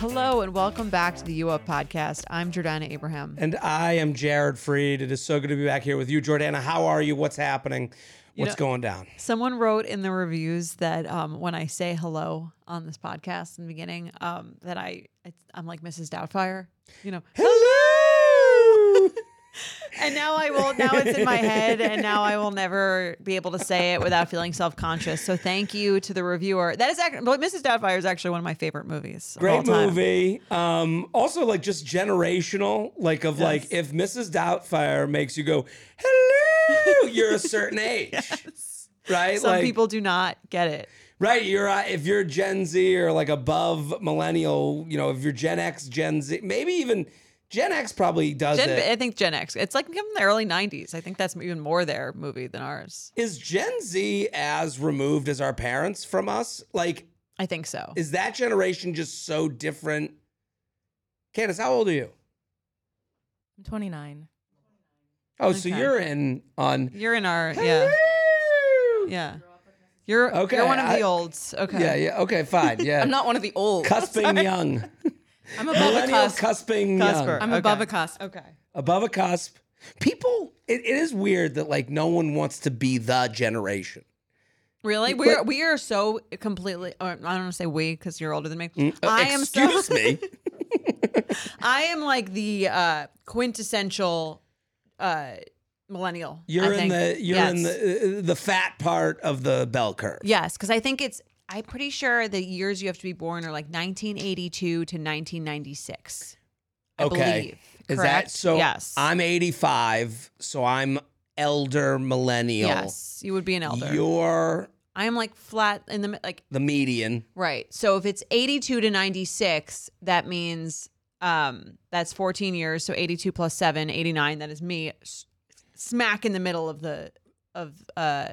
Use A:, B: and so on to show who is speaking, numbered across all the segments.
A: Hello and welcome back to the U Up podcast. I'm Jordana Abraham.
B: And I am Jared Freed. It is so good to be back here with you, Jordana. How are you? What's happening? What's going down?
A: Someone wrote in the reviews that um, when I say hello on this podcast in the beginning, um, that I it's, I'm like Mrs. Doubtfire, you know.
B: Hello.
A: And now I will. Now it's in my head, and now I will never be able to say it without feeling self conscious. So thank you to the reviewer. That is actually Mrs. Doubtfire is actually one of my favorite movies. of all
B: Great
A: time.
B: movie. Um, also, like just generational, like of like if Mrs. Doubtfire makes you go, hello, you're a certain age, right?
A: Some
B: like,
A: people do not get it.
B: right? You're uh, if you're Gen Z or like above millennial, you know, if you're Gen X, Gen Z, maybe even Gen X probably does
A: Gen,
B: it.
A: I think Gen X. It's like from the early '90s. I think that's even more their movie than ours.
B: Is Gen Z as removed as our parents from us? Like,
A: I think so.
B: is that generation just so different? Candace, how old are you?
C: I'm 29.
B: Oh, so
A: Okay.
B: you're in on.
A: You're in our yeah yeah. You're
B: Okay,
A: You're one of
B: I-
A: the olds. Okay.
B: Yeah, yeah. Okay, fine. Yeah.
C: I'm not one of the old.
B: cusping young.
C: I'm above a
B: Millennial
C: cusp.
B: cusping
A: Cusper.
B: young.
C: I'm above
A: Okay.
C: a cusp.
A: Okay.
B: Above a cusp. People, it, it is weird that like no one wants to be the generation.
A: Really?
B: But-
A: We are we are so completely. Or I don't want to say we because you're older than me.
B: Uh,
A: I am so.
B: Excuse me.
A: I am like the uh, quintessential uh, millennial. I
B: You're in
A: think.
B: the you're in
A: Yes.
B: the uh, the fat part of the bell curve.
A: Yes, because I think it's. I'm pretty sure the years you have to be born are like 1982 to 1996. I believe.
B: Is
A: correct?
B: that so?
A: Yes.
B: I'm 85, so I'm elder millennial.
A: Yes, you would be an elder.
B: You're
A: I am like flat in the mi- like
B: the median.
A: right. So if it's 82 to 96, that means um that's 14 years. So 82 plus 7, 89. That is me, s- smack in the middle of the of uh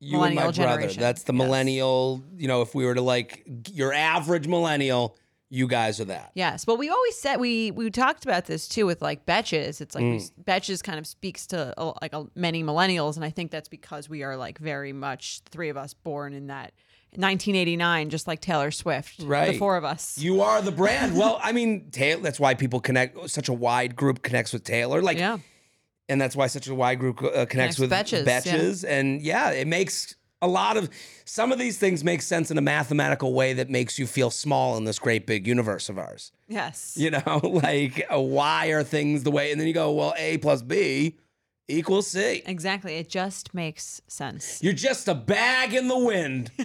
B: You
A: Millennial
B: and my brother.
A: generation.
B: That's the
A: Yes.
B: millennial. You know, if we were to like g- your average millennial, you guys are that.
A: Yes. Well, we always said we we talked about this too with like Betches. It's
B: Mm.
A: like we Betches kind of speaks to uh, like uh, many millennials, and I think that's because we are like very much the three of us born in that 1989, just like Taylor Swift.
B: Right.
A: The four of us.
B: You are the brand. well, I mean, Taylor, that's why people connect. Such a wide group connects with Taylor. Like,
A: yeah.
B: and that's why such a wide group uh, connects,
A: Connects
B: with
A: Betches,
B: betches, and yeah it makes a lot of some of these things make sense in a mathematical way that makes you feel small in this great big universe of ours
A: Yes.
B: you know like uh, why are things the way and then you go well a plus b equals c
A: Exactly. It just makes sense.
B: you're just a bag in the wind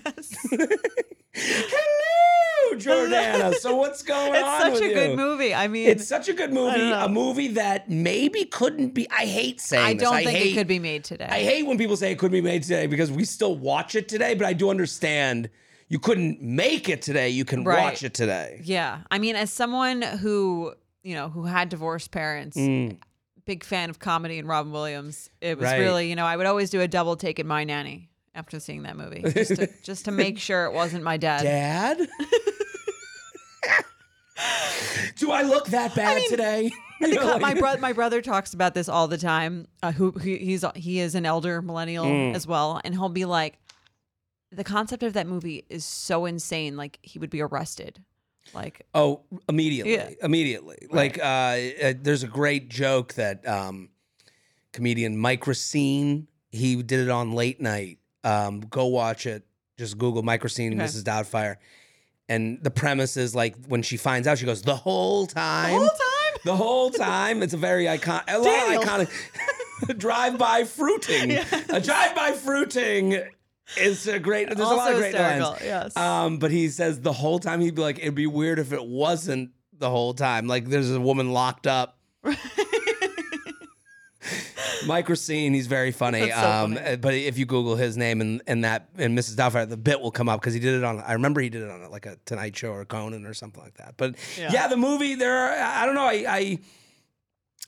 B: hello jordana so what's going
A: It's
B: on
A: such
B: with
A: a good
B: you?
A: movie. I mean,
B: it's such a good movie
A: know.
B: a movie that maybe couldn't be i hate saying
A: I
B: this.
A: don't think
B: hate-
A: it could be made today.
B: I hate when people say it couldn't be made today because we still watch it today, but I do understand you couldn't make it today. You can
A: Right.
B: watch it today.
A: Yeah. I mean, as someone who, you know, who had divorced parents, big fan of comedy and Robin Williams, it was
B: Mm. Right.
A: really, you know, I would always do a double take in My Nanny after seeing that movie just to, just to make sure it wasn't my dad.
B: Dad? do I look that bad today? You know,
A: Co-
B: like-
A: my brother my brother talks about this all the time uh, who he, he's he is an elder millennial
B: Mm.
A: as well and he'll be like the concept of that movie is so insane like he would be arrested like
B: Oh, immediately,
A: Yeah.
B: immediately. Like, uh, uh, there's a great joke that um, comedian Mike Racine he did it on late night. Um, go watch it. Just Google Mike Racine,
A: Okay.
B: Mrs. Doubtfire, And the premise is like when she finds out, she goes, the whole time.
A: Whole time.
B: The whole time. It's a very iconic, a lot of
A: Daniel.
B: iconic. drive-by fruiting. A drive-by fruiting is a great. There's a lot
A: Also
B: of great
A: hysterical,
B: lines.
A: yes.
B: Um, but he says the whole time he'd be like, it'd be weird if it wasn't the whole time. Like there's a woman locked up. Mike Racine, he's very funny.
A: That's so
B: um,
A: funny.
B: uh, But if you Google his name and, and that and Mrs. Doubtfire, the bit will come up because he did it on. I remember he did it on like a Tonight Show or Conan or something like that. But yeah,
A: Yeah.
B: the movie there. Are, I I don't know. I, I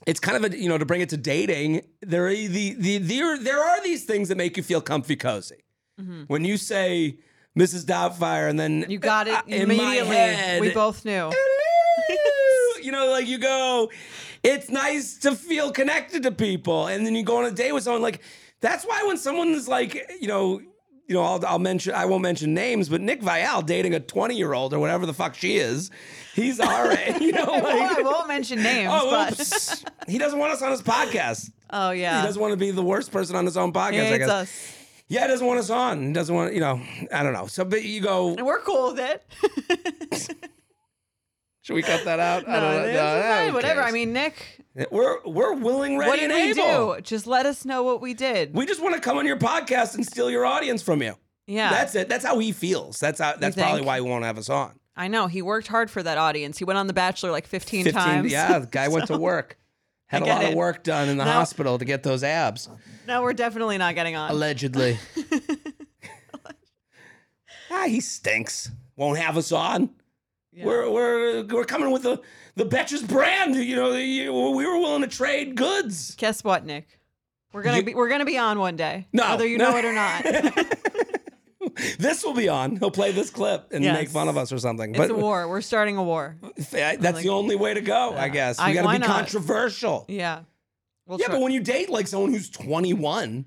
B: it's kind of a you know to bring it to dating. There are the the there there are these things that make you feel comfy cozy when you say Mrs. Doubtfire and then
A: Mm-hmm. You got it
B: uh, in my
A: immediately.
B: head,
A: we both knew.
B: you know, like you go, it's nice to feel connected to people. And then you go on a date with someone. Like, that's why when someone's like, you know, you know, I'll, I'll mention, I won't mention names, but Nick Vial dating a 20 year old or whatever the fuck she is, he's all right. You know,
A: Well, I
B: like,
A: won't mention names,
B: oh,
A: but
B: oops. he doesn't want us on his podcast.
A: oh
B: He
A: yeah,
B: doesn't want to be the worst person on his own podcast,
A: he
B: I
A: hates
B: guess.
A: us,
B: Yeah, he doesn't want us on. He doesn't want, you know, I don't know. So, but you go,
A: and we're cool with it.
B: should we cut that out?
A: No,
B: I don't
A: it's
B: know. No,
A: fine,
B: who
A: whatever.
B: cares?
A: I mean, Nick,
B: We're we're willing, ready,
A: what did
B: and
A: we
B: able.
A: do? Just let us know what we did.
B: We just want to come on your podcast and steal your audience from you.
A: yeah,
B: That's it. That's how he feels. That's how. That's probably
A: think?
B: why he won't have us on.
A: I know he worked hard for that audience. He went on The Bachelor like 15, times.
B: Yeah, the guy went to work. Had a
A: get
B: lot of
A: it.
B: work done in the
A: No.
B: hospital to get those abs.
A: No, we're definitely not getting on.
B: Allegedly. ah, he stinks. Won't have us on.
A: Yeah.
B: We're we're we're coming with the the Betches brand. You know, you, we were willing to trade goods.
A: Guess what, Nick? We're gonna
B: You-
A: be we're gonna be on one day,
B: No,
A: whether you
B: no.
A: know it or not.
B: This will be on. He'll play this clip and
A: Yes.
B: make fun of us or something.
A: It's a war. We're starting a war.
B: I- That's the only way to go, I guess. You
A: I-
B: got to
A: why
B: be
A: not?
B: controversial.
A: Yeah. We'll
B: yeah,
A: try-
B: but when you date like someone who's 21,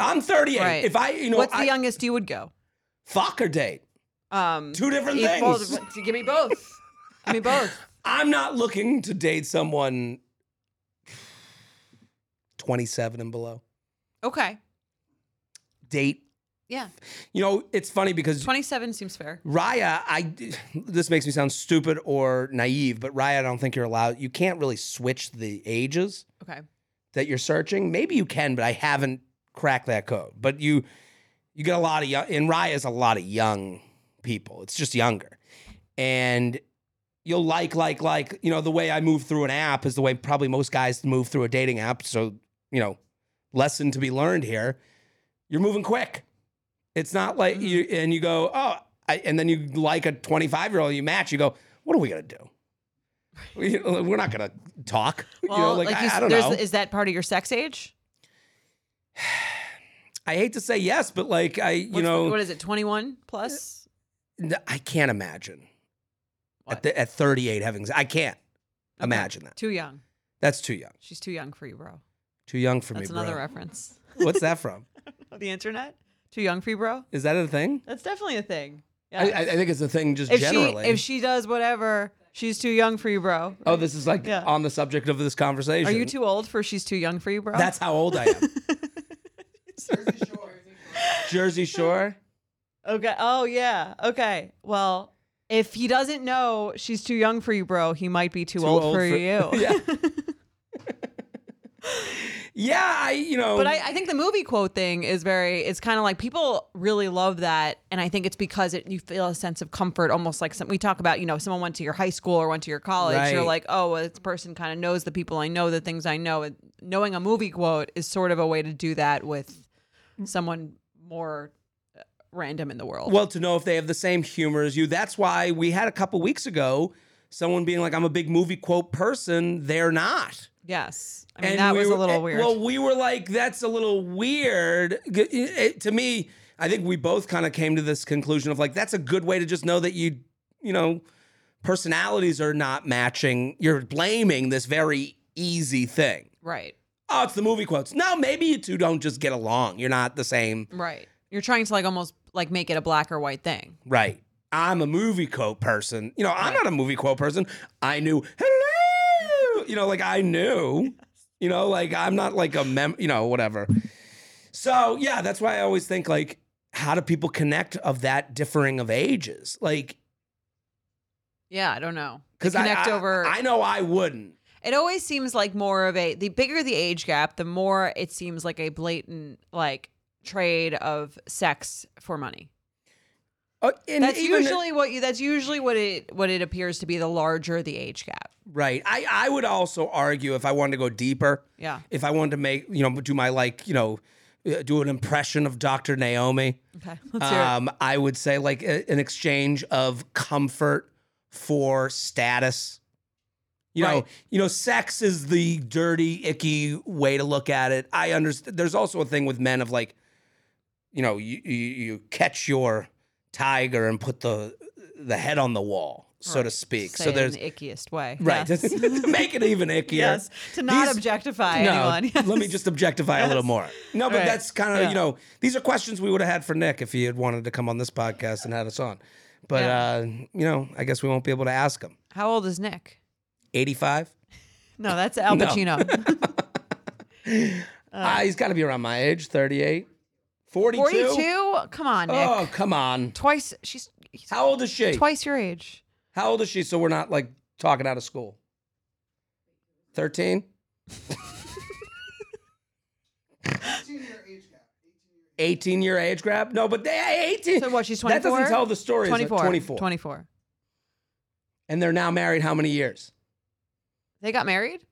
B: I'm 38.
A: Right.
B: If I, you know,
A: what's
B: I,
A: the youngest you would go?
B: fuck or date,
A: Um,
B: two different
A: if- well,
B: things.
A: give me both. give me both.
B: I'm not looking to date someone 27 and below.
A: Okay.
B: Date,
A: Yeah.
B: you know, it's funny because
A: Twenty-seven seems fair.
B: Raya, I this makes me sound stupid or naive, but Raya, I don't think you're allowed. You can't really switch the ages.
A: Okay.
B: that you're searching. Maybe you can, but I haven't cracked that code. But you you get a lot of young in Raya's a lot of young people. It's just younger. And you'll like, like, like, you know, the way I move through an app is the way probably most guys move through a dating app. So, you know, lesson to be learned here. You're moving quick. It's not like
A: Mm-hmm.
B: you and you go, oh, I, and then you like a 25 year old, you match, you go, what are we gonna do? We- We're not gonna talk.
A: Well,
B: you know, like, I,
A: you,
B: I
A: s-
B: don't
A: there's-
B: know.
A: Is that part of your sex age?
B: I hate to say yes, but like I, you
A: What's the-
B: know,
A: what is it? Twenty-one plus.
B: n- I can't imagine at
A: What?
B: the, at 38 having. I can't
A: Okay.
B: imagine that.
A: Too young.
B: That's too young.
A: She's too young for you, bro.
B: Too young for
A: That's
B: me,
A: another
B: bro.
A: reference.
B: What's that from?
A: The internet. Too young for you, bro.
B: Is that a thing?
A: That's definitely a thing. Yeah.
B: I I, I think it's a thing just
A: if
B: generally.
A: she if she does whatever, she's too young for you, bro.
B: oh, this is like
A: Yeah.
B: on the subject of this conversation.
A: Are you too old for she's too young for you, bro?
B: That's how old I am. Jersey Shore.
A: okay. Oh yeah. Okay. Well, if he doesn't know she's too young for you, bro, he might be too,
B: Too
A: old, for, you.
B: yeah. yeah, I you know.
A: But I, I think the movie quote thing is very, it's kind of like people really love that. And I think it's because it, you feel a sense of comfort, almost like some, we talk about, you know, someone went to your high school or went to your college. You're
B: Right.
A: like, oh, well, this person kind of knows the people I know, the things I know. And knowing a movie quote is sort of a way to do that with someone more uh, random in the world.
B: Well, to know if they have the same humor as you. That's why we had a couple weeks ago someone being like, I'm a big movie quote person. They're not.
A: yes. I mean, that was
B: were,
A: a little
B: and-
A: weird.
B: Well, we were like, that's a little weird. G- it- it- to me, I think we both kind of came to this conclusion of like, that's a good way to just know that you, you know, personalities are not matching. You're blaming this very easy thing.
A: right.
B: Oh, it's the movie quotes. No, maybe you two don't just get along. You're not the same.
A: Right. You're trying to like almost like make it a black or white thing.
B: Right. I'm a movie quote person. You know, I'm not a movie quote person. I knew, hello. You know, like I knew. You know, like I'm not like a mem, you know, whatever. So, yeah, that's why I always think like, how do people connect of that differing of ages? Like,
A: Yeah, I don't know. They
B: Because I,
A: connect
B: I,
A: over.
B: I know I wouldn't.
A: it always seems like more of a the bigger the age gap, the more it seems like a blatant like trade of sex for money.
B: Uh, and
A: That's
B: even-
A: usually what you. That's usually what it what it appears to be. The larger the age gap.
B: right. I, I would also argue if I wanted to go deeper,
A: Yeah.
B: if I wanted to make you know do my like you know uh, do an impression of Dr. Naomi,
A: Okay. Let's hear
B: um, I would say like a, an exchange of comfort for status. You know,
A: Right.
B: you know, sex is the dirty, icky way to look at it. I understand. There's also a thing with men of like, you know, you you, you catch your tiger and put the the head on the wall, so to
A: Right.
B: speak.
A: Say
B: so
A: it in
B: there's
A: the ickiest way.
B: right
A: Yes.
B: to make it even ickier.
A: Yes. To not
B: These-
A: objectify anyone. Yes.
B: let me just objectify a little more. No, but
A: Right.
B: that's kind of
A: Yeah.
B: you know these are questions we would have had for Nick if he had wanted to come on this podcast and had us on. But
A: Yeah.
B: uh, you know, I guess we won't be able to ask him.
A: How old is Nick?
B: Eighty-five.
A: No, that's Al
B: No.
A: Pacino. Uh.
B: Ah, he's got to be around my age, 38. 42?
A: 42? Come on, Nick.
B: Oh, come on.
A: Twice. She's he's
B: How old is she?
A: twice your age.
B: How old is she? So we're not like talking out of school. 13? Eighteen year age gap. No, but they eighteen.
A: So what, she's
B: That doesn't
A: 24?
B: tell the story.
A: 24.
B: Twenty-four. Twenty-four.
A: 24.
B: And they're now married. How many years?
A: They got married?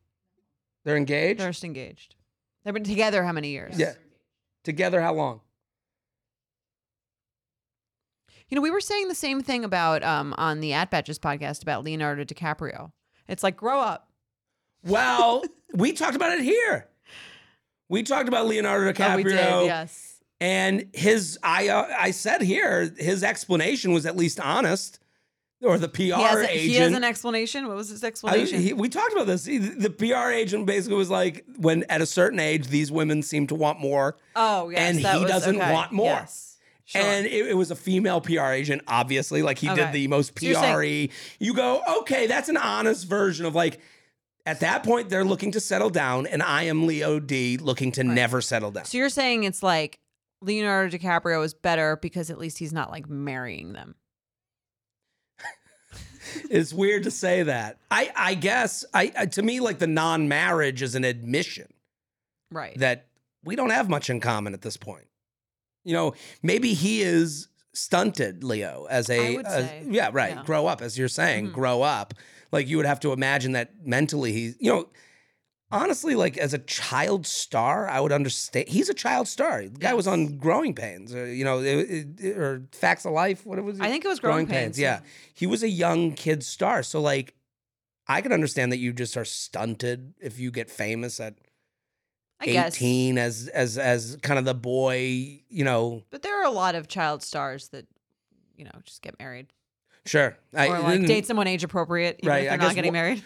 B: They're engaged.
A: They're just engaged. They've been together how many years?
B: Yeah. Together, how long?
A: You know, we were saying the same thing about um on the At Batches podcast about Leonardo DiCaprio. It's like grow up.
B: Well, we talked about it here. We talked about Leonardo DiCaprio.
A: Oh, we did. Yes.
B: And his, I, uh, I said here, his explanation was at least honest, or the PR
A: He has, a-
B: agent.
A: he has an explanation. What was his
B: I-
A: explanation?
B: he- we talked about this. He- the PR agent basically was like, when at a certain age, these women seem to want more,
A: oh, yes.
B: and
A: that
B: he
A: was-
B: doesn't
A: okay.
B: want more.
A: Yes. Sure.
B: and it, it was a female PR agent, obviously. Like he
A: Okay.
B: did the most
A: So you're saying-
B: PRE. you go, okay, that's an honest version of like. At that point, they're looking to settle down, and I am Leo D, looking to never settle down.
A: so you're saying it's like Leonardo DiCaprio is better because at least he's not like marrying them.
B: It's weird to say that. I, I guess I, I to me like the non-marriage is an admission
A: Right.
B: that we don't have much in common at this point. You know, maybe he is stunted, Leo, as a
A: I would
B: as-
A: say,
B: yeah, right.
A: yeah.
B: Grow up, as you're saying,
A: Mhm.
B: grow up. Like you would have to imagine that mentally he's you know. Honestly, like as a child star, I would understand. He's a child star. The guy was
A: Yes.
B: on Growing Pains, or, you know, it- it- or Facts of Life. What was it?
A: I think it was
B: Growing,
A: Growing
B: Pains.
A: Pains,
B: Yeah. He was a young kid star. So, like, I could understand that you just are stunted if you get famous at
A: I guess.
B: 18 as as as kind of the boy, you know.
A: But there are a lot of child stars that, you know, just get married
B: Sure. I,
A: or like
B: didn't-
A: date someone age appropriate, even
B: Right,
A: if
B: I
A: they're
B: guess
A: not getting
B: wh-
A: married.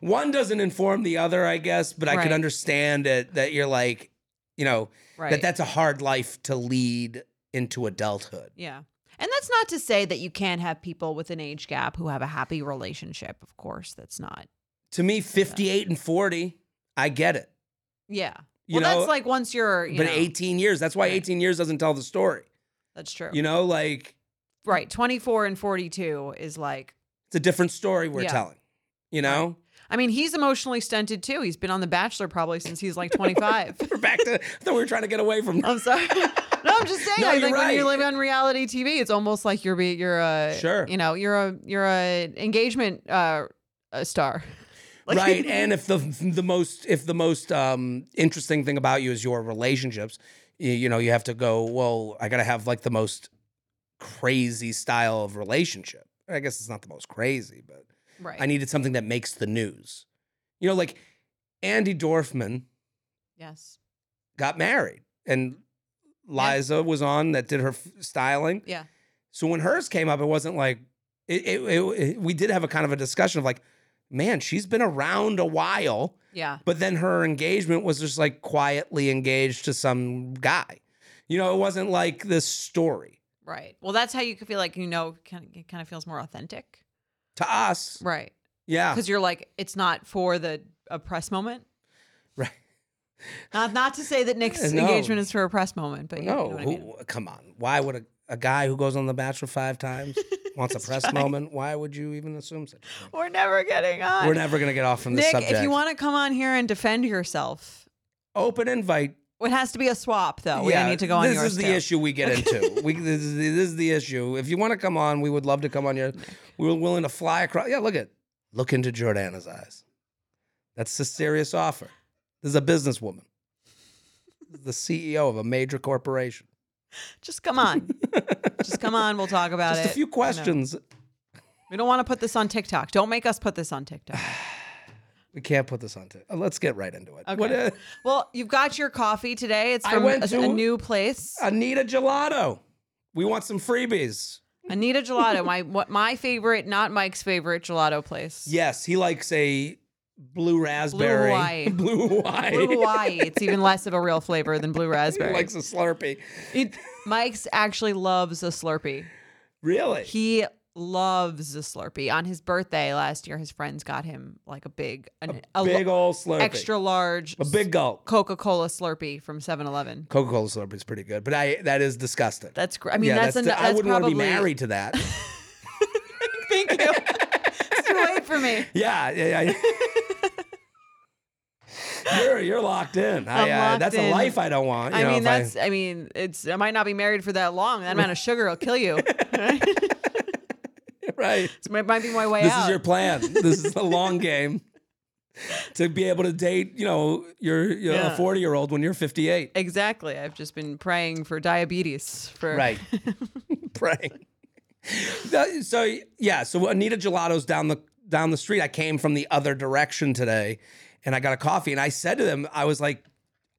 B: one doesn't inform the other, I guess, but I could
A: Right.
B: understand it that you're like, you know,
A: Right.
B: that that's a hard life to lead into adulthood.
A: yeah. And that's not to say that you can't have people with an age gap who have a happy relationship. Of course, that's not.
B: To me, 58 and 40, I get it.
A: Yeah.
B: You
A: well,
B: know,
A: that's like once you're, you
B: but
A: know,
B: 18 years, that's why
A: Right.
B: 18 years doesn't tell the story.
A: That's true.
B: You know, like
A: right. 24 and 42 is like,
B: it's a different story we're
A: Yeah.
B: telling. You know?
A: I mean, he's emotionally stunted too. He's been on The Bachelor probably since he's like 25.
B: We're back to I thought we were trying to get away from
A: I'm sorry. No, I'm just saying.
B: No,
A: I
B: you're
A: think when you
B: right.
A: live on reality TV, it's almost like you're be you're a
B: Sure.
A: You know, you're a you're a engagement uh, a star. Like-
B: right and if the the most if the most um interesting thing about you is your relationships you, you know you have to go well i gotta have like the most crazy style of relationship i guess it's not the most crazy but
A: Right.
B: i needed something that makes the news you know like andy dorfman
A: yes.
B: got married and liza was on that did her f- styling
A: Yeah.
B: so when hers came up, it wasn't like it, it, it, it- We did have a kind of a discussion of like, man, she's been around a while,
A: Yeah.
B: but then her engagement was just like quietly engaged to some guy. You know, it wasn't like this story
A: Right. Well, that's how you could feel like you know, kind of, it kind of feels more authentic.
B: to us.
A: Right.
B: Yeah,
A: Because you're like, it's not for the a press moment.
B: right.
A: Not not to say that Nick's
B: No.
A: engagement is for a press moment, but you, you know
B: No,
A: what I mean.
B: who, come on. Why would a, a guy who goes on The Bachelor five times wants a press moment, why would you even assume such? A thing?
A: We're never getting on.
B: We're never going to get off from this
A: Nick,
B: subject.
A: if you want to come on here and defend yourself,
B: open invite.
A: it has to be a swap, though. We don't need to go on
B: This
A: yours.
B: is the
A: too.
B: issue we get into. we this is, the, this is the issue. If you want to come on, we would love to come on your. We were willing to fly across. Yeah, look at look into Jordana's eyes. That's a serious offer. This is a businesswoman. This is the CEO of a major corporation.
A: Just come on. Just come on. We'll talk about
B: Just
A: it.
B: a few
A: No.
B: questions.
A: We don't want to put this on TikTok. Don't make us put this on TikTok.
B: We can't put this on. T- uh, let's get right into it.
A: Okay.
B: What, uh,
A: Well, you've got your coffee today. It's
B: I
A: from
B: went
A: a,
B: to-
A: a new place.
B: Anita Gelato. We want some freebies.
A: Anita Gelato, my what my favorite, not Mike's favorite gelato place.
B: Yes, he likes a blue raspberry.
A: Hawaii.
B: Blue Hawaii.
A: Blue Hawaii. It's even less of a real flavor than blue
B: he
A: raspberry.
B: likes a Slurpee.
A: It- Mike's actually loves a Slurpee.
B: Really?
A: He loves a Slurpee. On his birthday last year, his friends got him like a big, an, a, lo-
B: big old Slurpee.
A: extra large
B: A big gulp.
A: Coca Cola Slurpee from 7 Eleven.
B: Coca Cola Slurpee is pretty good, but I that is disgusting.
A: That's great. I mean, that's, an,
B: the- I
A: that's
B: wouldn't
A: probably
B: want to be married to that.
A: Thank you. it's too late for me.
B: yeah, yeah, yeah. you're you're locked in. I,
A: I'm
B: uh, that's
A: locked
B: a
A: in.
B: life I don't want. You
A: I
B: know,
A: mean,
B: if I-
A: that's. I, mean, it's. I might not be married for that long. That amount of sugar will kill you.
B: right.
A: It might, might be my way
B: This
A: out.
B: is your plan. This is the long game to be able to date. You know, your you know,
A: Yeah.
B: a forty year old when you're fifty eight.
A: exactly. I've just been praying for diabetes. For
B: Right. Praying. That- So yeah, so Anita Gelato's down the down the street. I came from the other direction today, and I got a coffee. And I said to them, I was like,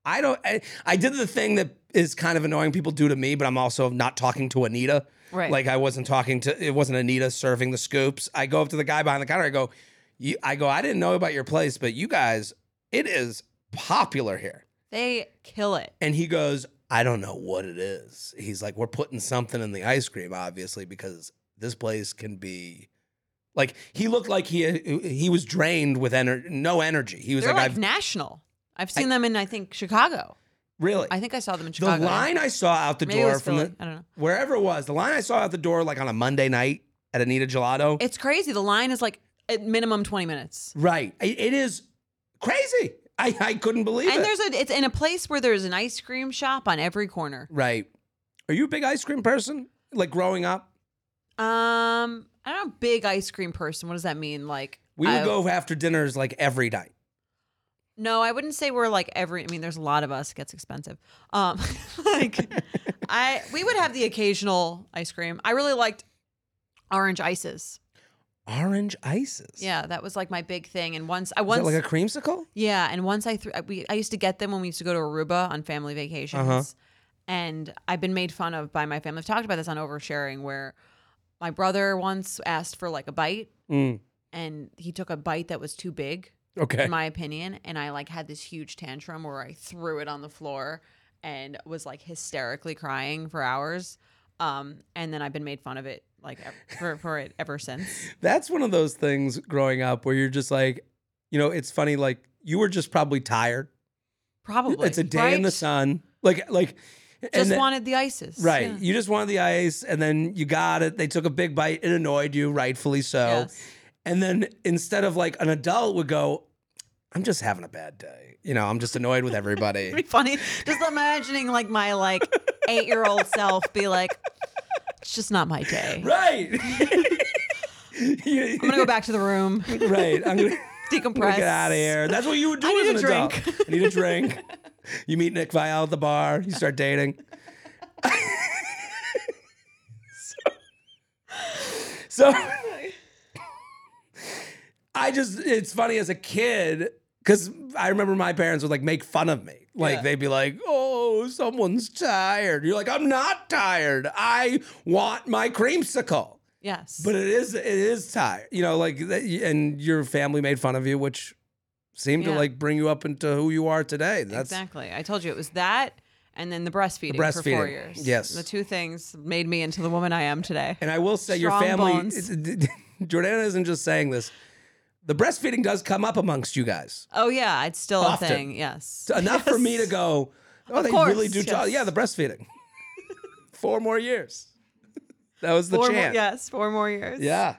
B: I don't. I, I did the thing that is kind of annoying people do to me, but I'm also not talking to Anita.
A: Right.
B: Like I wasn't talking to. It wasn't Anita serving the scoops. I go up to the guy behind the counter. I go, you, I go. I didn't know about your place, but you guys, it is popular here.
A: They kill it.
B: And he goes, I don't know what it is. He's like, we're putting something in the ice cream, obviously, because this place can be. Like he looked like he he was drained with ener- no energy. He was
A: They're
B: like,
A: like,
B: I've
A: national. I've seen them in I think Chicago.
B: really.
A: I think I saw them in
B: the
A: Chicago.
B: line I saw out the
A: Maybe it
B: door
A: was
B: from
A: Philly.
B: the
A: I don't know.
B: wherever it was, the line I saw out the door like on a Monday night at Anita Gelato.
A: It's crazy. The line is like at minimum twenty minutes.
B: right, it, it is crazy. I, I couldn't believe
A: And
B: it.
A: there's a it's in a place where there's an ice cream shop on every corner.
B: right, are you a big ice cream person? Like growing up,
A: Um, I don't know, big ice cream person. What does that mean? Like
B: we would
A: I-
B: go after dinners like every night.
A: No, I wouldn't say we're like every. I mean, there's a lot of us. It gets expensive. Um, like I, we would have the occasional ice cream. I really liked orange ices.
B: Orange ices.
A: Yeah, that was like my big thing. And once I
B: Was
A: once
B: it like a creamsicle?
A: Yeah, and once I threw, we I used to get them when we used to go to Aruba on family vacations,
B: Uh-huh.
A: and I've been made fun of by my family. I've talked about this on oversharing, where my brother once asked for like a bite,
B: Mm.
A: and he took a bite that was too big,
B: Okay.
A: in my opinion, and I like had this huge tantrum where I threw it on the floor and was like hysterically crying for hours, um, and then I've been made fun of it like ev- for, for it ever since.
B: That's one of those things growing up where you're just like, you know, it's funny, like you were just probably tired.
A: Probably
B: it's a day in the
A: right?
B: sun. Like like and
A: Just
B: then-
A: wanted the ices,
B: Right.
A: Yeah.
B: You just wanted the ice and then you got it. They took a big bite. It annoyed you, rightfully so.
A: Yes.
B: And then instead of like an adult would go, I'm just having a bad day. You know, I'm just annoyed with everybody.
A: It'd be funny. Just imagining like my like eight year old self be like, it's just not my day.
B: right. You-
A: I'm gonna go back to the room,
B: right. I'm gonna
A: decompress.
B: Get out of here. That's what you would do
A: I need
B: as
A: a
B: an adult. I need a drink. You meet Nick Vial at the bar. You start dating. so, so I just, it's funny as a kid, because I remember my parents would like make fun of me. Like
A: Yeah.
B: they'd be like, oh, someone's tired. You're like, I'm not tired. I want my creamsicle.
A: Yes.
B: But it is it is tired, you know, like that, and your family made fun of you, which seemed to
A: Yeah.
B: like bring you up into who you are today. That's
A: exactly. I told you it was that and then the breastfeeding, for four
B: breastfeeding.
A: years.
B: Yes.
A: The two things made me into the woman I am today.
B: and I will say your
A: Strong
B: family.
A: bones.
B: Jordana isn't just saying this. The breastfeeding does come up amongst you guys
A: Oh yeah, it's still
B: Often.
A: a thing. Yes.
B: So enough for me to go. Oh, they
A: course,
B: really do.
A: yes.
B: talk- Yeah, the breastfeeding. Four more years. That was the
A: four more,
B: chance.
A: yes, four more years.
B: Yeah.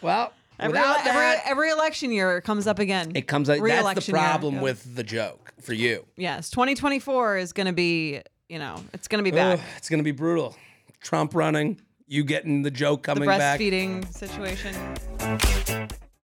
B: Well,
A: Every,
B: without
A: every,
B: that,
A: every election year it comes up again.
B: it comes out. That's the
A: Re-election year,
B: problem
A: yeah.
B: with the joke for you.
A: yes, 2024 is going to be, you know, it's going to be
B: Ugh,
A: bad.
B: it's going to be brutal. Trump running, you getting the joke
A: the
B: coming back.
A: breastfeeding situation.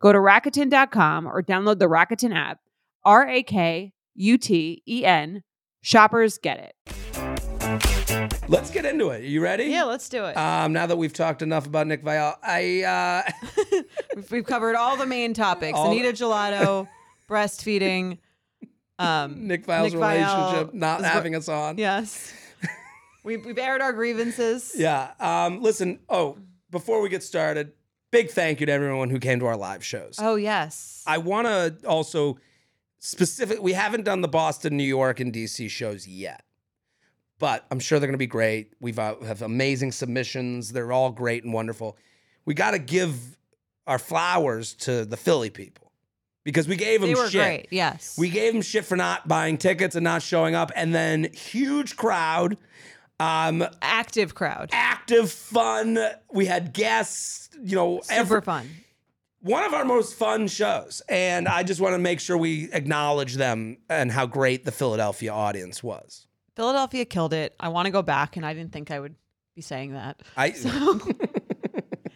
A: Go to Rakuten.com or download the Rakuten app. R A K U T E N. Shoppers get it.
B: Let's get into it. Are you ready?
A: Yeah, let's do it.
B: Um, now that we've talked enough about Nick Vial, I uh,
A: We've- We've covered all the main topics:
B: All-
A: Anita Gelato, breastfeeding. Um,
B: Nick Vial's
A: Nick Viall
B: relationship not
A: is-
B: having us on.
A: Yes, we we've aired our grievances.
B: Yeah. Um, listen. Oh, before we get started, big thank you to everyone who came to our live shows.
A: Oh yes.
B: I want to also specific. We haven't done the Boston, New York, and DC shows yet, but I'm sure they're going to be great. We've uh, have amazing submissions. They're all great and wonderful. We got to give our flowers to the Philly people because we gave them
A: they were
B: shit.
A: great. Yes.
B: We gave them shit for not buying tickets and not showing up, and then huge crowd. Um,
A: active crowd.
B: active fun. We had guests, you know,
A: Super
B: every,
A: fun.
B: one of our most fun shows. And I just want to make sure we acknowledge them and how great the Philadelphia audience was.
A: Philadelphia killed it. I want to go back, and I didn't think I would be saying that.
B: I,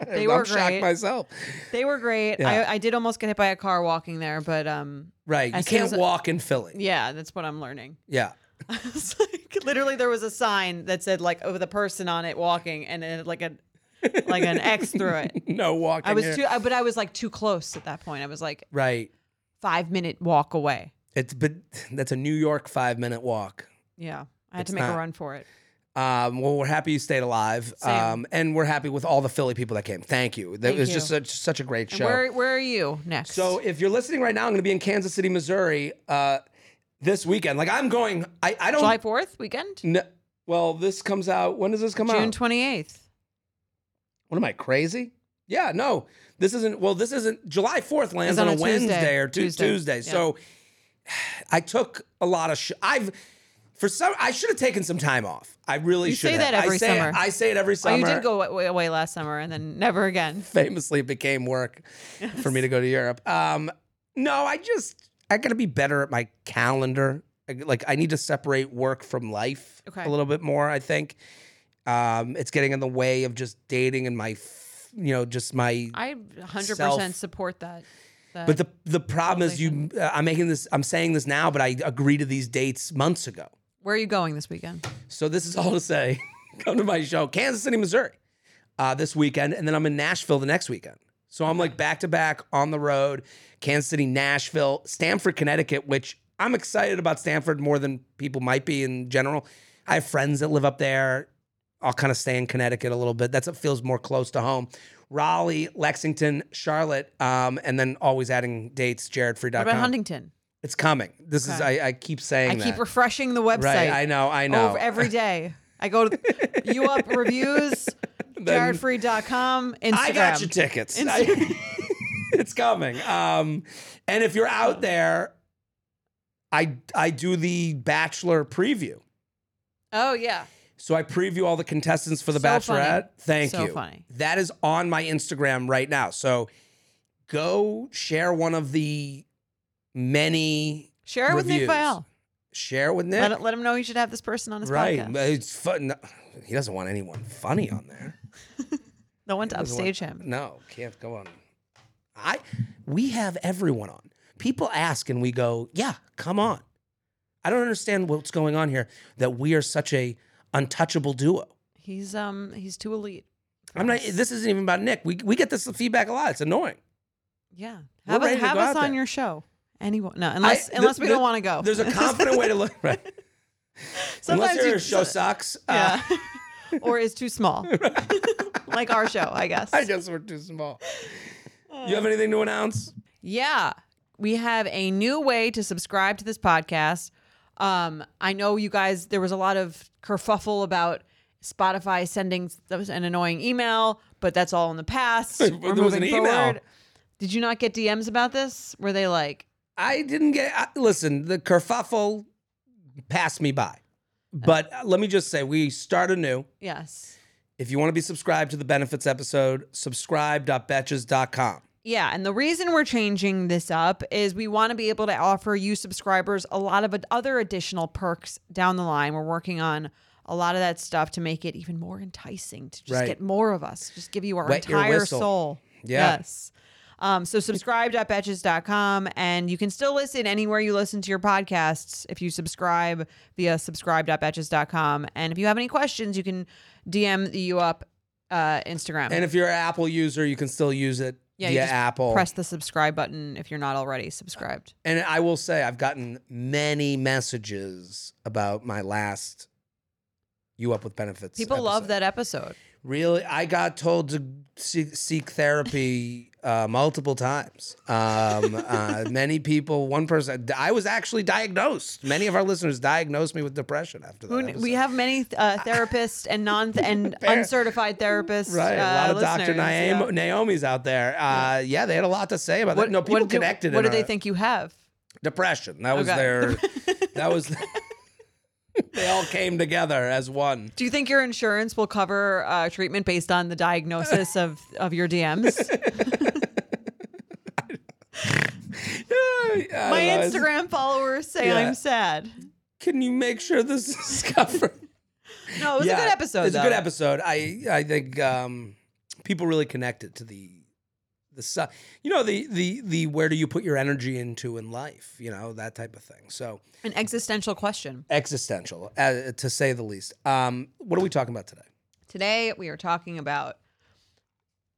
A: They
B: I'm
A: were
B: shocked
A: great.
B: myself.
A: They were great. I, I did almost get hit by a car walking there, but um,
B: Right.
A: As soon
B: you can't
A: as-
B: walk in Philly.
A: yeah, that's what I'm learning.
B: Yeah.
A: I was like, literally, there was a sign that said like over the person on it walking, and it had like a like an X through it.
B: No walking.
A: I was
B: here.
A: too, I, but I was like too close at that point. I was like
B: Right.
A: five minute walk away.
B: It's but that's a New York five minute walk.
A: Yeah, I had
B: It's
A: to make
B: not-
A: a run for it.
B: Um, well, we're happy you stayed alive,
A: Same.
B: um, and we're happy with all the Philly people that came. Thank you. That
A: Thank
B: was
A: you.
B: just such such a great
A: And
B: show.
A: where where are you next?
B: So if you're listening right now, I'm going to be in Kansas City, Missouri, uh, this weekend. Like I'm going. I I don't.
A: July fourth weekend,
B: kn- well, this comes out. When does this come
A: June
B: out?
A: twenty eighth.
B: What am I crazy? Yeah, no. This isn't. Well, this isn't. July 4th lands
A: It's on
B: on,
A: a
B: a, Wednesday
A: Tuesday.
B: or Tu- Tuesday.
A: Tuesday. Yeah.
B: So I took a lot of. Sh- I've. For some, I should have taken some time off. I really
A: You
B: should.
A: say
B: have.
A: that
B: I
A: every
B: say it-
A: summer.
B: I say it every
A: Oh,
B: summer.
A: you did go away, away last summer, and then never again.
B: famously it became work for me to go to Europe. Um, no, I just I gotta be better at my calendar like I need to separate work from life
A: Okay.
B: a little bit more. I think um, it's getting in the way of just dating and my, f- you know, just my.
A: I 100%
B: Self.
A: support that. that
B: but the the problem is you. Uh, I'm making this. I'm saying this now, but I agreed to these dates months ago.
A: where are you going this weekend?
B: So this is all to say, come to my show, Kansas City, Missouri, uh, this weekend, and then I'm in Nashville the next weekend. So I'm like back to back on the road, Kansas City, Nashville, Stamford, Connecticut, which I'm excited about Stamford more than people might be in general. I have friends that live up there. I'll kind of stay in Connecticut a little bit. That's what feels more close to home. Raleigh, Lexington, Charlotte, um, and then always adding dates,
A: What about
B: jaredfree.com.
A: Huntington?
B: It's coming. This is, I, I keep saying
A: I
B: that.
A: keep refreshing the website
B: right, I know, I know.
A: Over every day. I go to you up reviews, jaredfree.com, Instagram.
B: I got your tickets.
A: Insta-
B: I- it's coming. Um, and if you're out there, I I do the Bachelor preview.
A: oh, yeah.
B: So I preview all the contestants for the
A: So funny.
B: Bachelorette. Thank
A: So
B: you.
A: funny.
B: That is on my Instagram right now. So go share one of the many.
A: Share it with Nick
B: reviews.
A: Vial.
B: Share with Nick.
A: Let, let him know you should have this person on his
B: right.
A: podcast.
B: It's fun. He doesn't want anyone funny on there.
A: No one to
B: doesn't want-
A: upstage him.
B: No, can't go on. I we have everyone on. People ask and we go, "Yeah, come on." I don't understand what's going on here that we are such a untouchable duo.
A: He's um he's too elite. for
B: I'm not
A: us.
B: this isn't even about Nick. We we get this feedback a lot. It's annoying.
A: Yeah.
B: We're
A: Have, a-
B: ready to
A: have
B: go
A: us
B: out
A: on
B: there.
A: your show. Anyone? No, unless
B: I-
A: unless
B: th-
A: we
B: th-
A: don't want to go.
B: There's a confident way to look right.
A: Sometimes
B: Unless your
A: you-
B: show
A: so-
B: sucks. uh,
A: Yeah. or is too small. like our show, I guess.
B: Uh, I guess we're too small.
A: Uh.
B: You have anything to announce?
A: Yeah. We have a new way to subscribe to this podcast. Um, I know you guys, there was a lot of kerfuffle about Spotify sending s- that was an annoying email, but that's all in the past.
B: But
A: We're
B: there was an
A: moving
B: email.
A: forward. Did you not get DMs about this? Were they like,
B: I didn't get. I, listen, the kerfuffle passed me by, but uh, let me just say we start anew.
A: yes?
B: If you want to be subscribed to the benefits episode, subscribe.betches.com.
A: Yeah, and the reason we're changing this up is we want to be able to offer you subscribers a lot of other additional perks down the line. We're working on a lot of that stuff to make it even more enticing to just
B: Right.
A: get more of us, just give you our
B: Wet your
A: entire
B: whistle.
A: soul.
B: Yeah.
A: Yes. Um, so subscribe.betches.com and you can still listen anywhere you listen to your podcasts if you subscribe via subscribe.betches.com. And if you have any questions, you can DM the you up uh, Instagram.
B: And if you're an Apple user, you can still use it
A: Yeah, you
B: via
A: just
B: Apple.
A: press the subscribe button if you're not already subscribed.
B: and I will say, I've gotten many messages about my last You Up with Benefits.
A: People love
B: episode.
A: that episode.
B: Really, I got told to seek, seek therapy uh, multiple times. Um, uh, many people, one person, I was actually diagnosed. Many of our listeners diagnosed me with depression after that.
A: Who kn- we
B: episode.
A: have many uh, therapists and non and
B: Fair.
A: uncertified therapists.
B: Right, a lot
A: uh,
B: of Doctor
A: listeners,
B: Naomi,
A: yeah.
B: Naomi's out there. Uh, yeah. they had a lot to say about that. No, people
A: what do-
B: connected.
A: what
B: in
A: do they
B: our-
A: think you have?
B: Depression. That was
A: Okay.
B: their. that was. they all came together as one.
A: Do you think your insurance will cover uh, treatment based on the diagnosis of of your DMs?
B: Yeah, I
A: My
B: don't know.
A: Instagram followers say
B: Yeah.
A: I'm sad.
B: Can you make sure this is covered?
A: No, it was a
B: Yeah,
A: good episode.
B: It's
A: though.
B: a good episode. I I think um, people really connected to the the su- you know the the the where do you put your energy into in life? You know that type of thing. So
A: An existential question.
B: existential, uh, to say the least. Um, what are we talking about today?
A: Today we are talking about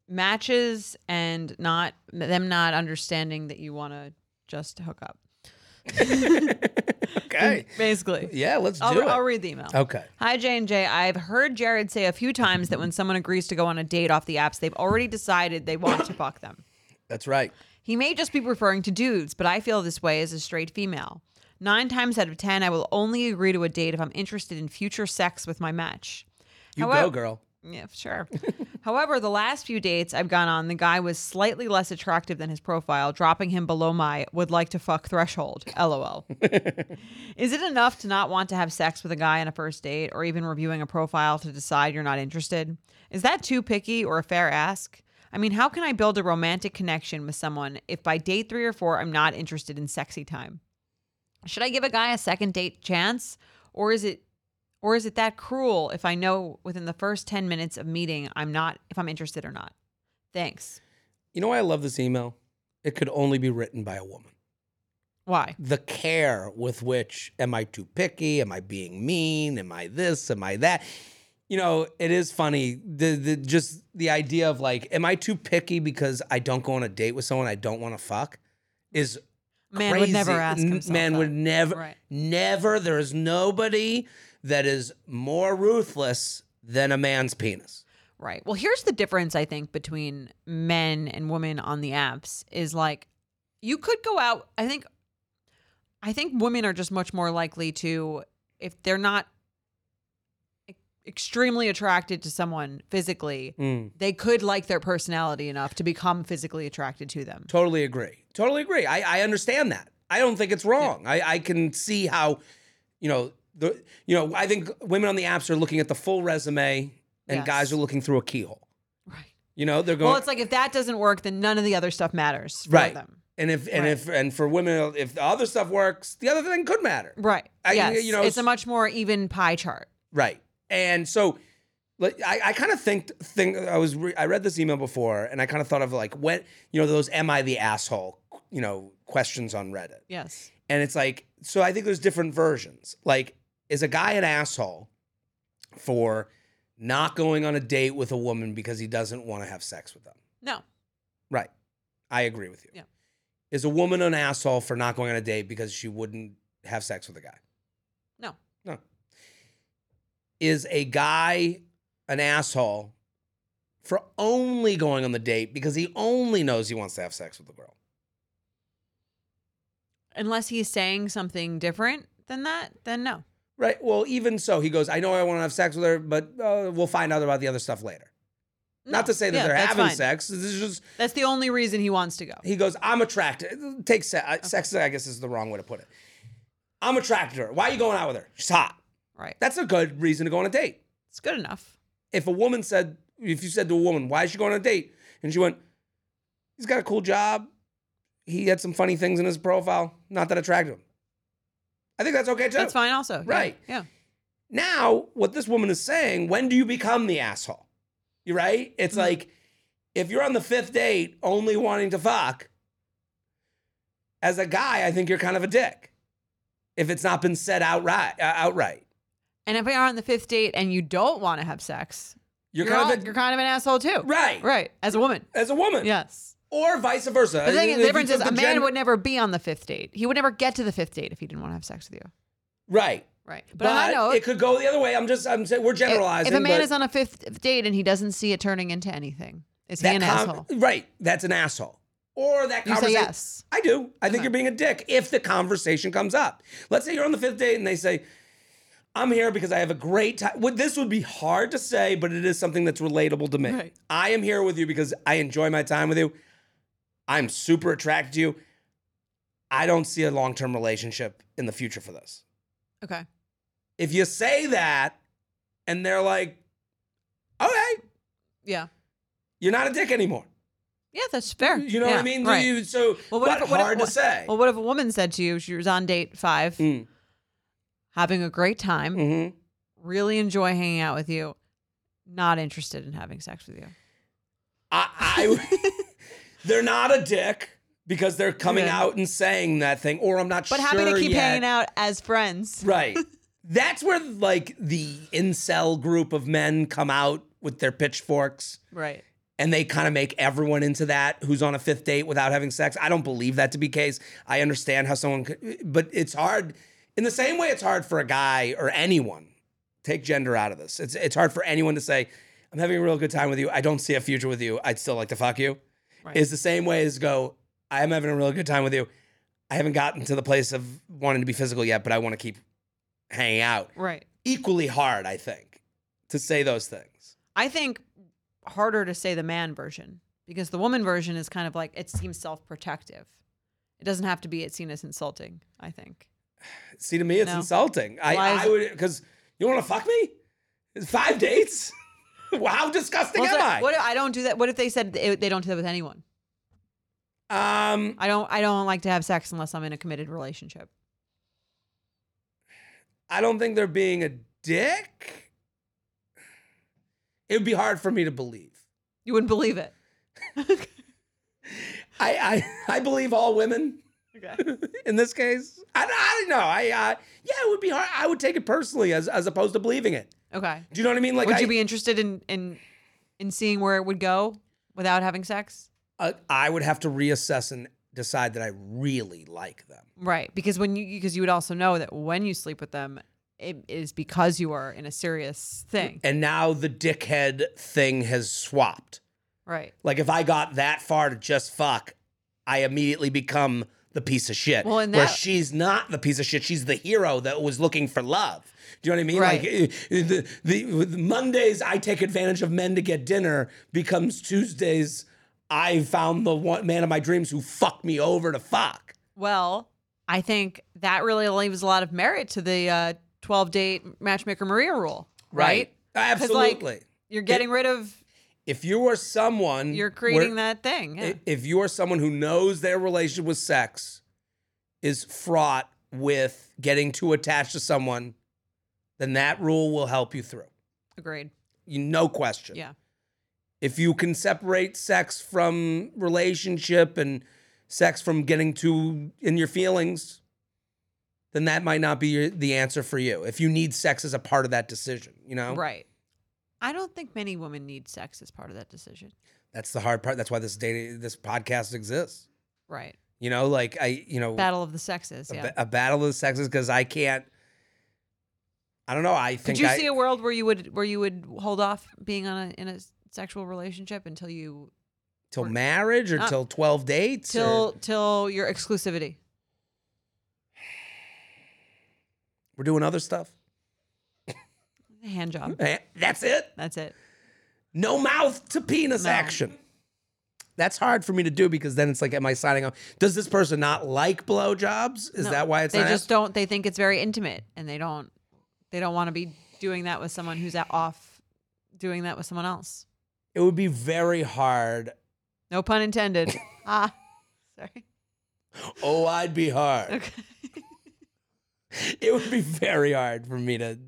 A: matches and not them not understanding that you want to just hook up.
B: Okay.
A: Basically,
B: Yeah, let's do
A: I'll,
B: it.
A: I'll read the email.
B: okay.
A: Hi J and J. I've heard Jared say a few times that when someone agrees to go on a date off the apps, they've already decided they want to fuck them.
B: That's right.
A: He may just be referring to dudes, but I feel this way as a straight female. Nine times out of ten, I will only agree to a date if I'm interested in future sex with my match.
B: You
A: However-
B: go, girl.
A: Yeah, sure. However, the last few dates I've gone on, the guy was slightly less attractive than his profile, dropping him below my would like to fuck threshold. LOL. Is it enough to not want to have sex with a guy on a first date or even reviewing a profile to decide you're not interested? Is that too picky or a fair ask? I mean, how can I build a romantic connection with someone if by day three or four I'm not interested in sexy time? should I give a guy a second date chance or is it or is it that cruel if I know within the first 10 minutes of meeting I'm not if I'm interested or not? Thanks.
B: You know why I love this email? It could only be written by a woman.
A: Why?
B: The care with which am I too picky? Am I being mean? Am I this? Am I that? You know, it is funny. The the just the idea of like, am I too picky because I don't go on a date with someone I don't want to fuck? Is
A: Man would never
B: crazy.
A: ask
B: N-
A: himself
B: Man
A: that.
B: would never,
A: Right.
B: never. There is nobody that is more ruthless than a man's penis.
A: Right. Well, here's the difference I think between men and women on the apps is like you could go out. I think I think women are just much more likely to if they're not e- extremely attracted to someone physically,
B: Mm.
A: they could like their personality enough to become physically attracted to them.
B: Totally agree. Totally agree. I, I understand that. I don't think it's wrong. I, I can see how, you know, the you know, I think women on the apps are looking at the full resume and
A: Yes.
B: guys are looking through a keyhole.
A: Right.
B: You know, they're going
A: Well, it's like if that doesn't work, then none of the other stuff matters for
B: right.
A: them.
B: And if and if and for women, if the other stuff works, the other thing could matter.
A: Right.
B: I-
A: yes.
B: you know,
A: it's a
B: s-
A: much more even pie chart.
B: Right. And so like, I, I kind of think think I was re- I read this email before and I kind of thought of like when you know those am I the asshole you know questions on Reddit.
A: Yes.
B: And it's like so I think there's different versions. Like is a guy an asshole for not going on a date with a woman because he doesn't want to have sex with them?
A: No.
B: Right. I agree with you.
A: Yeah.
B: Is a woman an asshole for not going on a date because she wouldn't have sex with a guy?
A: No.
B: No. Is a guy an asshole for only going on the date because he only knows he wants to have sex with a girl?
A: unless he's saying something different than that, then no.
B: Right. Well, even so, he goes, I know I want to have sex with her, but uh, we'll find out about the other stuff later. Not
A: No.
B: to say that
A: Yeah,
B: they're
A: that's
B: having
A: fine.
B: sex. This is just,
A: That's the only reason he wants to go.
B: he goes, I'm attracted. Take se- uh, sex, I guess is the wrong way to put it. I'm attracted to her. Why are you going out with her? She's hot.
A: Right.
B: That's a good reason to go on a date.
A: It's good enough.
B: if a woman said, if you said to a woman, why is she going on a date? And she went, he's got a cool job. He had some funny things in his profile. Not that attractive. I think that's okay too.
A: That's fine also. Yeah.
B: Right.
A: Yeah.
B: Now, what this woman is saying, when do you become the asshole? You right? It's
A: Mm-hmm.
B: like if you're on the fifth date only wanting to fuck, as a guy, I think you're kind of a dick. If it's not been said outright, uh, outright,
A: And if we are on the fifth date and you don't want to have sex,
B: you're,
A: you're,
B: kind
A: all-
B: of a,
A: you're kind of an asshole too.
B: Right.
A: Right. As a woman.
B: as a woman,
A: Yes.
B: or vice versa.
A: The, thing,
B: Uh, If
A: the
B: you
A: difference
B: took
A: is
B: the
A: a man
B: gender-
A: would never be on the fifth date. He would never get to the fifth date if he didn't want to have sex with you.
B: Right.
A: Right. But,
B: But,
A: on that note,
B: it could go the other way. I'm just I'm saying we're
A: if,
B: generalizing.
A: if a man
B: but
A: is on a fifth date and he doesn't see it turning into anything, is he
B: that
A: an
B: con-
A: asshole?
B: right, that's an asshole. Or that
A: You say
B: conversation.
A: yes.
B: I do. I think you're being a dick if the conversation comes up. Let's say you're on the fifth date and they say, "I'm here because I have a great time." Would this would be hard to say, but it is something that's relatable to me.
A: Right.
B: I am here with you because I enjoy my time with you. I'm super attracted to you. I don't see a long term relationship in the future for this.
A: Okay.
B: If you say that, and they're like, "Okay,
A: Yeah.
B: you're not a dick anymore.
A: Yeah, that's fair.
B: You know what
A: Yeah.
B: I mean?
A: Right.
B: You- so
A: Well, what
B: but
A: if- what if-
B: hard
A: what-
B: to say.
A: Well, what if a woman said to you, she was on date five,
B: Mm.
A: having a great time,
B: Mhm.
A: really enjoy hanging out with you, not interested in having sex with you?
B: I, I they're not a dick because they're coming
A: Yeah.
B: out and saying that thing, or I'm not
A: But
B: sure.
A: happy to keep
B: yet.
A: hanging out as friends.
B: Right. That's where like the incel group of men come out with their pitchforks
A: Right.
B: and they kind of make everyone into that who's on a fifth date without having sex. I don't believe that to be case. I understand how someone could, but it's hard. In the same way, it's hard for a guy or anyone take gender out of this. It's it's hard for anyone to say, "I'm having a real good time with you. I don't see a future with you. I'd still like to fuck you."
A: Right.
B: It's the same way as go, "I am having a really good time with you. I haven't gotten to the place of wanting to be physical yet, but I want to keep hanging out."
A: Right.
B: Equally hard, I think, to say those things.
A: I think harder to say the man version because the woman version is kind of like it seems self protective. It doesn't have to be it's seen as insulting, I think.
B: See, to me, it's
A: No.
B: insulting. I,
A: Why is
B: I
A: it-
B: would because you want to fuck me? Five dates? How disgusting
A: Well,
B: am
A: so
B: I?
A: What if I don't do that? What if they said they they don't do that with anyone?
B: um,
A: I don't I don't like to have sex unless I'm in a committed relationship.
B: I don't think they're being a dick. It would be hard for me to believe.
A: You wouldn't believe it.
B: I I, I believe all women
A: Okay.
B: in this case. I, I don't know. I uh, yeah, it would be hard. I would take it personally as as opposed to believing it.
A: Okay.
B: Do you know what I mean? Like,
A: would
B: I,
A: you be interested in in in seeing where it would go without having sex?
B: uh, I would have to reassess and decide that I really like them.
A: Right, because when you because you would also know that when you sleep with them, it is because you are in a serious thing.
B: And now the dickhead thing has swapped.
A: Right.
B: Like if I got that far to just fuck, I immediately become the piece of shit.
A: Well, and
B: where
A: that-
B: she's not the piece of shit, she's the hero that was looking for love. Do you know what I mean?
A: Right.
B: Like eh, the, the with Mondays I take advantage of men to get dinner becomes Tuesdays I found the one man of my dreams who fucked me over to fuck.
A: Well, I think that really leaves a lot of merit to the uh, 12 date matchmaker Maria rule, right? 'Cause, like,
B: Absolutely.
A: You're getting rid of,
B: if you are someone
A: you're
B: where-
A: creating that thing. Yeah.
B: I- if you are someone who knows their relationship with sex is fraught with getting too attached to someone, then that rule will help you through.
A: Agreed.
B: You, no question.
A: Yeah.
B: If you can separate sex from relationship and sex from getting too in your feelings, then that might not be your, the answer for you. If you need sex as a part of that decision, you know?
A: Right. I don't think many women need sex as part of that decision.
B: That's the hard part. That's why this dating, this podcast exists.
A: Right.
B: You know, like I, you know,
A: Battle of the sexes.
B: a,
A: Yeah.
B: ba- a battle of the sexes because I can't. I don't know. I
A: Could
B: think
A: you
B: I,
A: see a world where you would where you would hold off being on a in a sexual relationship until you
B: till marriage or
A: Uh,
B: till twelve dates. or-
A: till till your exclusivity?
B: we're doing other stuff.
A: Hand job.
B: Eh, That's it.
A: That's it.
B: No mouth to penis
A: No.
B: action. That's hard for me to do because then it's like, am I signing up? Does this person not like blowjobs? Is
A: No,
B: that why it's
A: they
B: not?
A: just
B: asked?
A: don't they think it's very intimate and they don't they don't want to be doing that with someone who's at- off doing that with someone else
B: it would be very hard.
A: no pun intended ah sorry
B: Oh, I'd be hard.
A: okay
B: it would be very hard for me to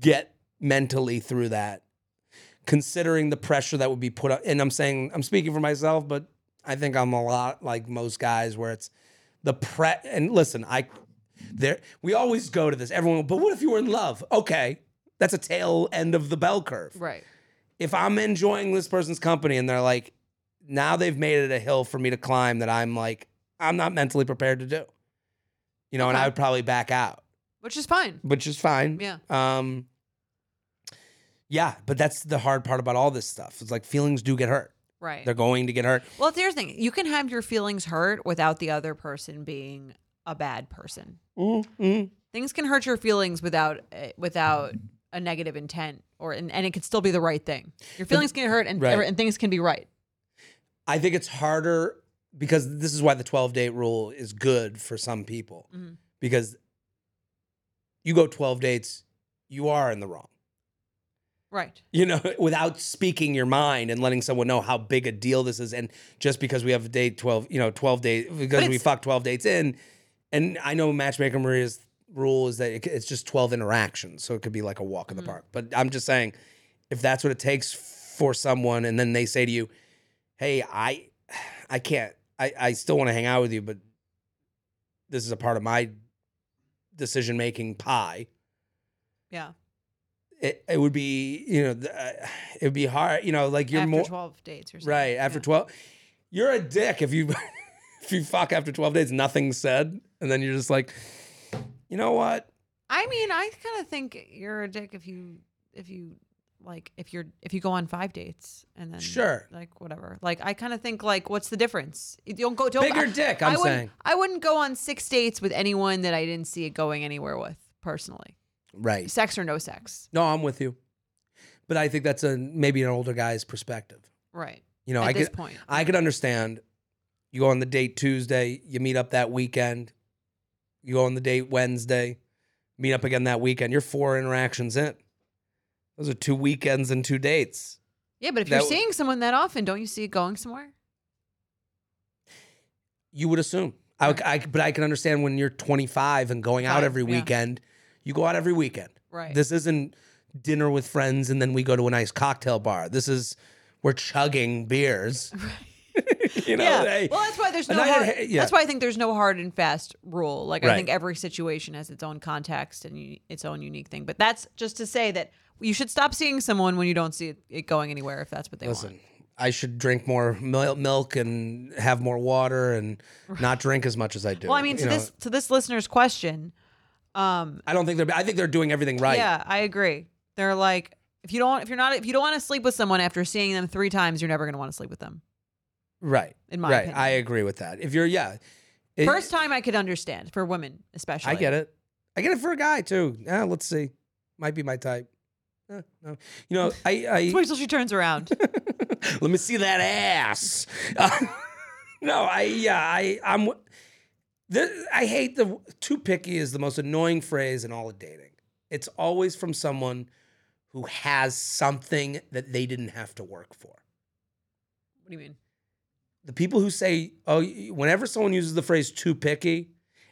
B: get mentally through that considering the pressure that would be put up and i'm saying i'm speaking for myself but i think i'm a lot like most guys where it's the pre and listen i there we always go to this everyone but what if you were in love okay that's a tail end of the bell curve
A: right
B: if i'm enjoying this person's company and they're like now they've made it a hill for me to climb that i'm like i'm not mentally prepared to do you know and i
A: Okay.
B: would probably back out
A: which is fine
B: which is fine.
A: Yeah.
B: Um. Yeah, but that's the hard part about all this stuff. It's like feelings do get hurt.
A: right
B: They're going to get hurt.
A: well here's the thing you can have your feelings hurt without the other person being a bad person
B: Mm-mm.
A: things can hurt your feelings without eh, without a negative intent or and, and it can still be the right thing your feelings can get hurt and,
B: Right.
A: and things can be right
B: I think it's harder because this is why the 12 date rule is good for some people
A: Mhm.
B: because you go 12 dates, you are in the wrong.
A: right
B: you know, without speaking your mind and letting someone know how big a deal this is. And just because we have a date 12, you know, 12 days, because we
A: it's-
B: fuck 12 dates in. And I know Matchmaker Maria's rule is that it, c- it's just 12 interactions. So it could be like a walk in the park. But I'm just saying, if that's what it takes for someone, and then they say to you, hey, I, I can't, I, I still want to hang out with you, but this is a part of my decision making pie
A: yeah
B: it, it would be you know th- uh, it would be hard you know like you're
A: after
B: more
A: 12 dates or something
B: right after
A: Yeah.
B: 12 you're a dick if you if you fuck after 12 days nothing's said and then you're just like you know what
A: I mean, I kind of think you're a dick if you if you like if you're if you go on five dates and then
B: Sure.
A: like whatever. Like I kind of think like what's the difference? You don't go don't
B: bigger
A: I,
B: dick
A: I
B: i'm
A: wouldn't
B: saying
A: I wouldn't go on six dates with anyone that I didn't see it going anywhere with personally.
B: right
A: Sex or no sex.
B: no i'm with you but i think that's a maybe an older guy's perspective
A: Right.
B: you know
A: At
B: i
A: this
B: could
A: point.
B: i could understand you go on the date tuesday you meet up that weekend you go on the date wednesday meet up again that weekend you're four interactions in those are two weekends and two dates
A: Yeah, but if
B: that
A: you're
B: w-
A: seeing someone that often, don't you see it going somewhere?
B: you would assume. I, I- but I can understand when you're 25 and going out
A: Right,
B: every
A: yeah.
B: weekend, You go out every weekend.
A: Right.
B: This isn't dinner with friends and then we go to a nice cocktail bar. This is we're chugging beers. you know,
A: yeah.
B: hey,
A: well, that's why there's
B: a
A: no.
B: night at
A: Hard,
B: ha- yeah.
A: That's why I think there's no hard and fast rule. Like
B: Right.
A: I think every situation has its own context and u- its own unique thing. But that's just to say that you should stop seeing someone when you don't see it, it going anywhere if that's what they want.
B: listen, I should drink more mil- milk and have more water and not drink as much as I do.
A: Well, I mean,
B: You
A: to
B: know,
A: this to this listener's question, um,
B: I don't think they're. I think they're doing everything right.
A: yeah, I agree. They're like, if you don't, if you're not, if you don't want to sleep with someone after seeing them three times, you're never going to want to sleep with them.
B: Right.
A: In my
B: right.
A: opinion.
B: I agree with that. If you're, yeah. It-
A: First time I could understand for women, especially.
B: I get it. I get it for a guy too. Yeah, let's see. Might be my type. Eh, no. You know, I,
A: Wait till she turns around.
B: I let me see that ass. Uh, no, I yeah, I I'm the, I hate the too picky is the most annoying phrase in all of dating. It's always from someone who has something that they didn't have to work for.
A: what do you mean?
B: the people who say, oh, y- whenever someone uses the phrase too picky,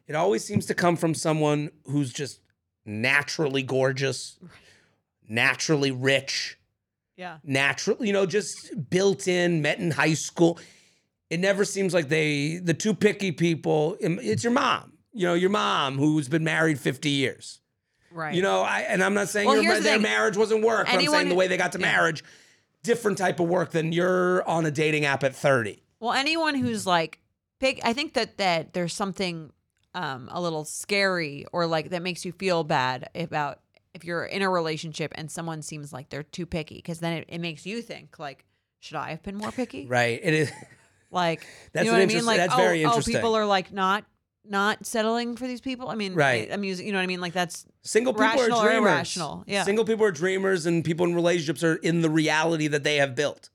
B: it always seems to come from someone who's just naturally gorgeous, naturally rich,
A: Yeah.
B: naturally, you know, just built in, met in high school. It never seems like they, the too picky people, um, it's your mom, you know, your mom who's been married 50 years.
A: Right.
B: You know, I and I'm not saying
A: Well,
B: your-
A: here's the
B: their
A: thing.
B: marriage wasn't work, but I'm
A: Anyone
B: saying the
A: who-
B: way they got to
A: yeah.
B: marriage, different type of work than you're on a dating app at 30.
A: Well, anyone who's like big, I think that that there's something um, a little scary or like that makes you feel bad about if you're in a relationship and someone seems like they're too picky because then it, it makes you think like, should I have been more picky?
B: Right. It is.
A: Like,
B: That's
A: you know
B: an
A: what I
B: interest-
A: mean? Like,
B: that's
A: oh,
B: very interesting.
A: oh, people are like not not settling for these people. I mean,
B: Right.
A: I, am using, you know what I mean? Like that's
B: Single people
A: Rational
B: are
A: or
B: dreamers.
A: irrational, yeah.
B: Single people are dreamers, and people in relationships are in the reality that they have built.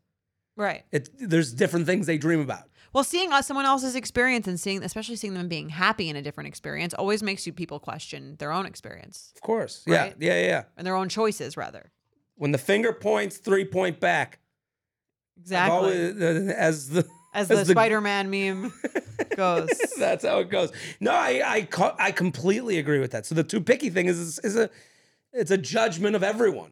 A: right.
B: It, there's different things they dream about.
A: Well, seeing us someone else's experience and seeing, especially seeing them being happy in a different experience, always makes you people question their own experience
B: Of course.
A: Right.
B: Yeah. Yeah. Yeah.
A: and their own choices rather.
B: When the finger points, three point back. I've
A: Exactly.
B: always- uh, as the
A: As the
B: as the-
A: Spider Man meme goes.
B: that's how it goes. No, I I co- I completely agree with that. So the too picky thing is is a it's a judgment of everyone.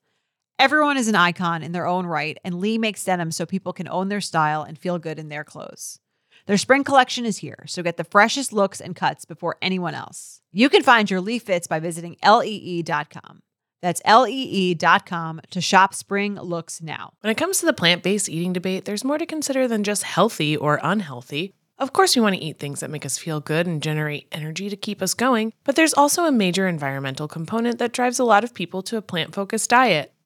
A: Everyone is an icon in their own right, and Lee makes denim so people can own their style and feel good in their clothes. Their spring collection is here, so get the freshest looks and cuts before anyone else. You can find your Lee fits by visiting E lee.com. That's E lee.com to shop spring looks now.
D: When it comes to the plant based eating debate, there's more to consider than just healthy or unhealthy. Of course, we want to eat things that make us feel good and generate energy to keep us going, but there's also a major environmental component that drives a lot of people to a plant focused diet.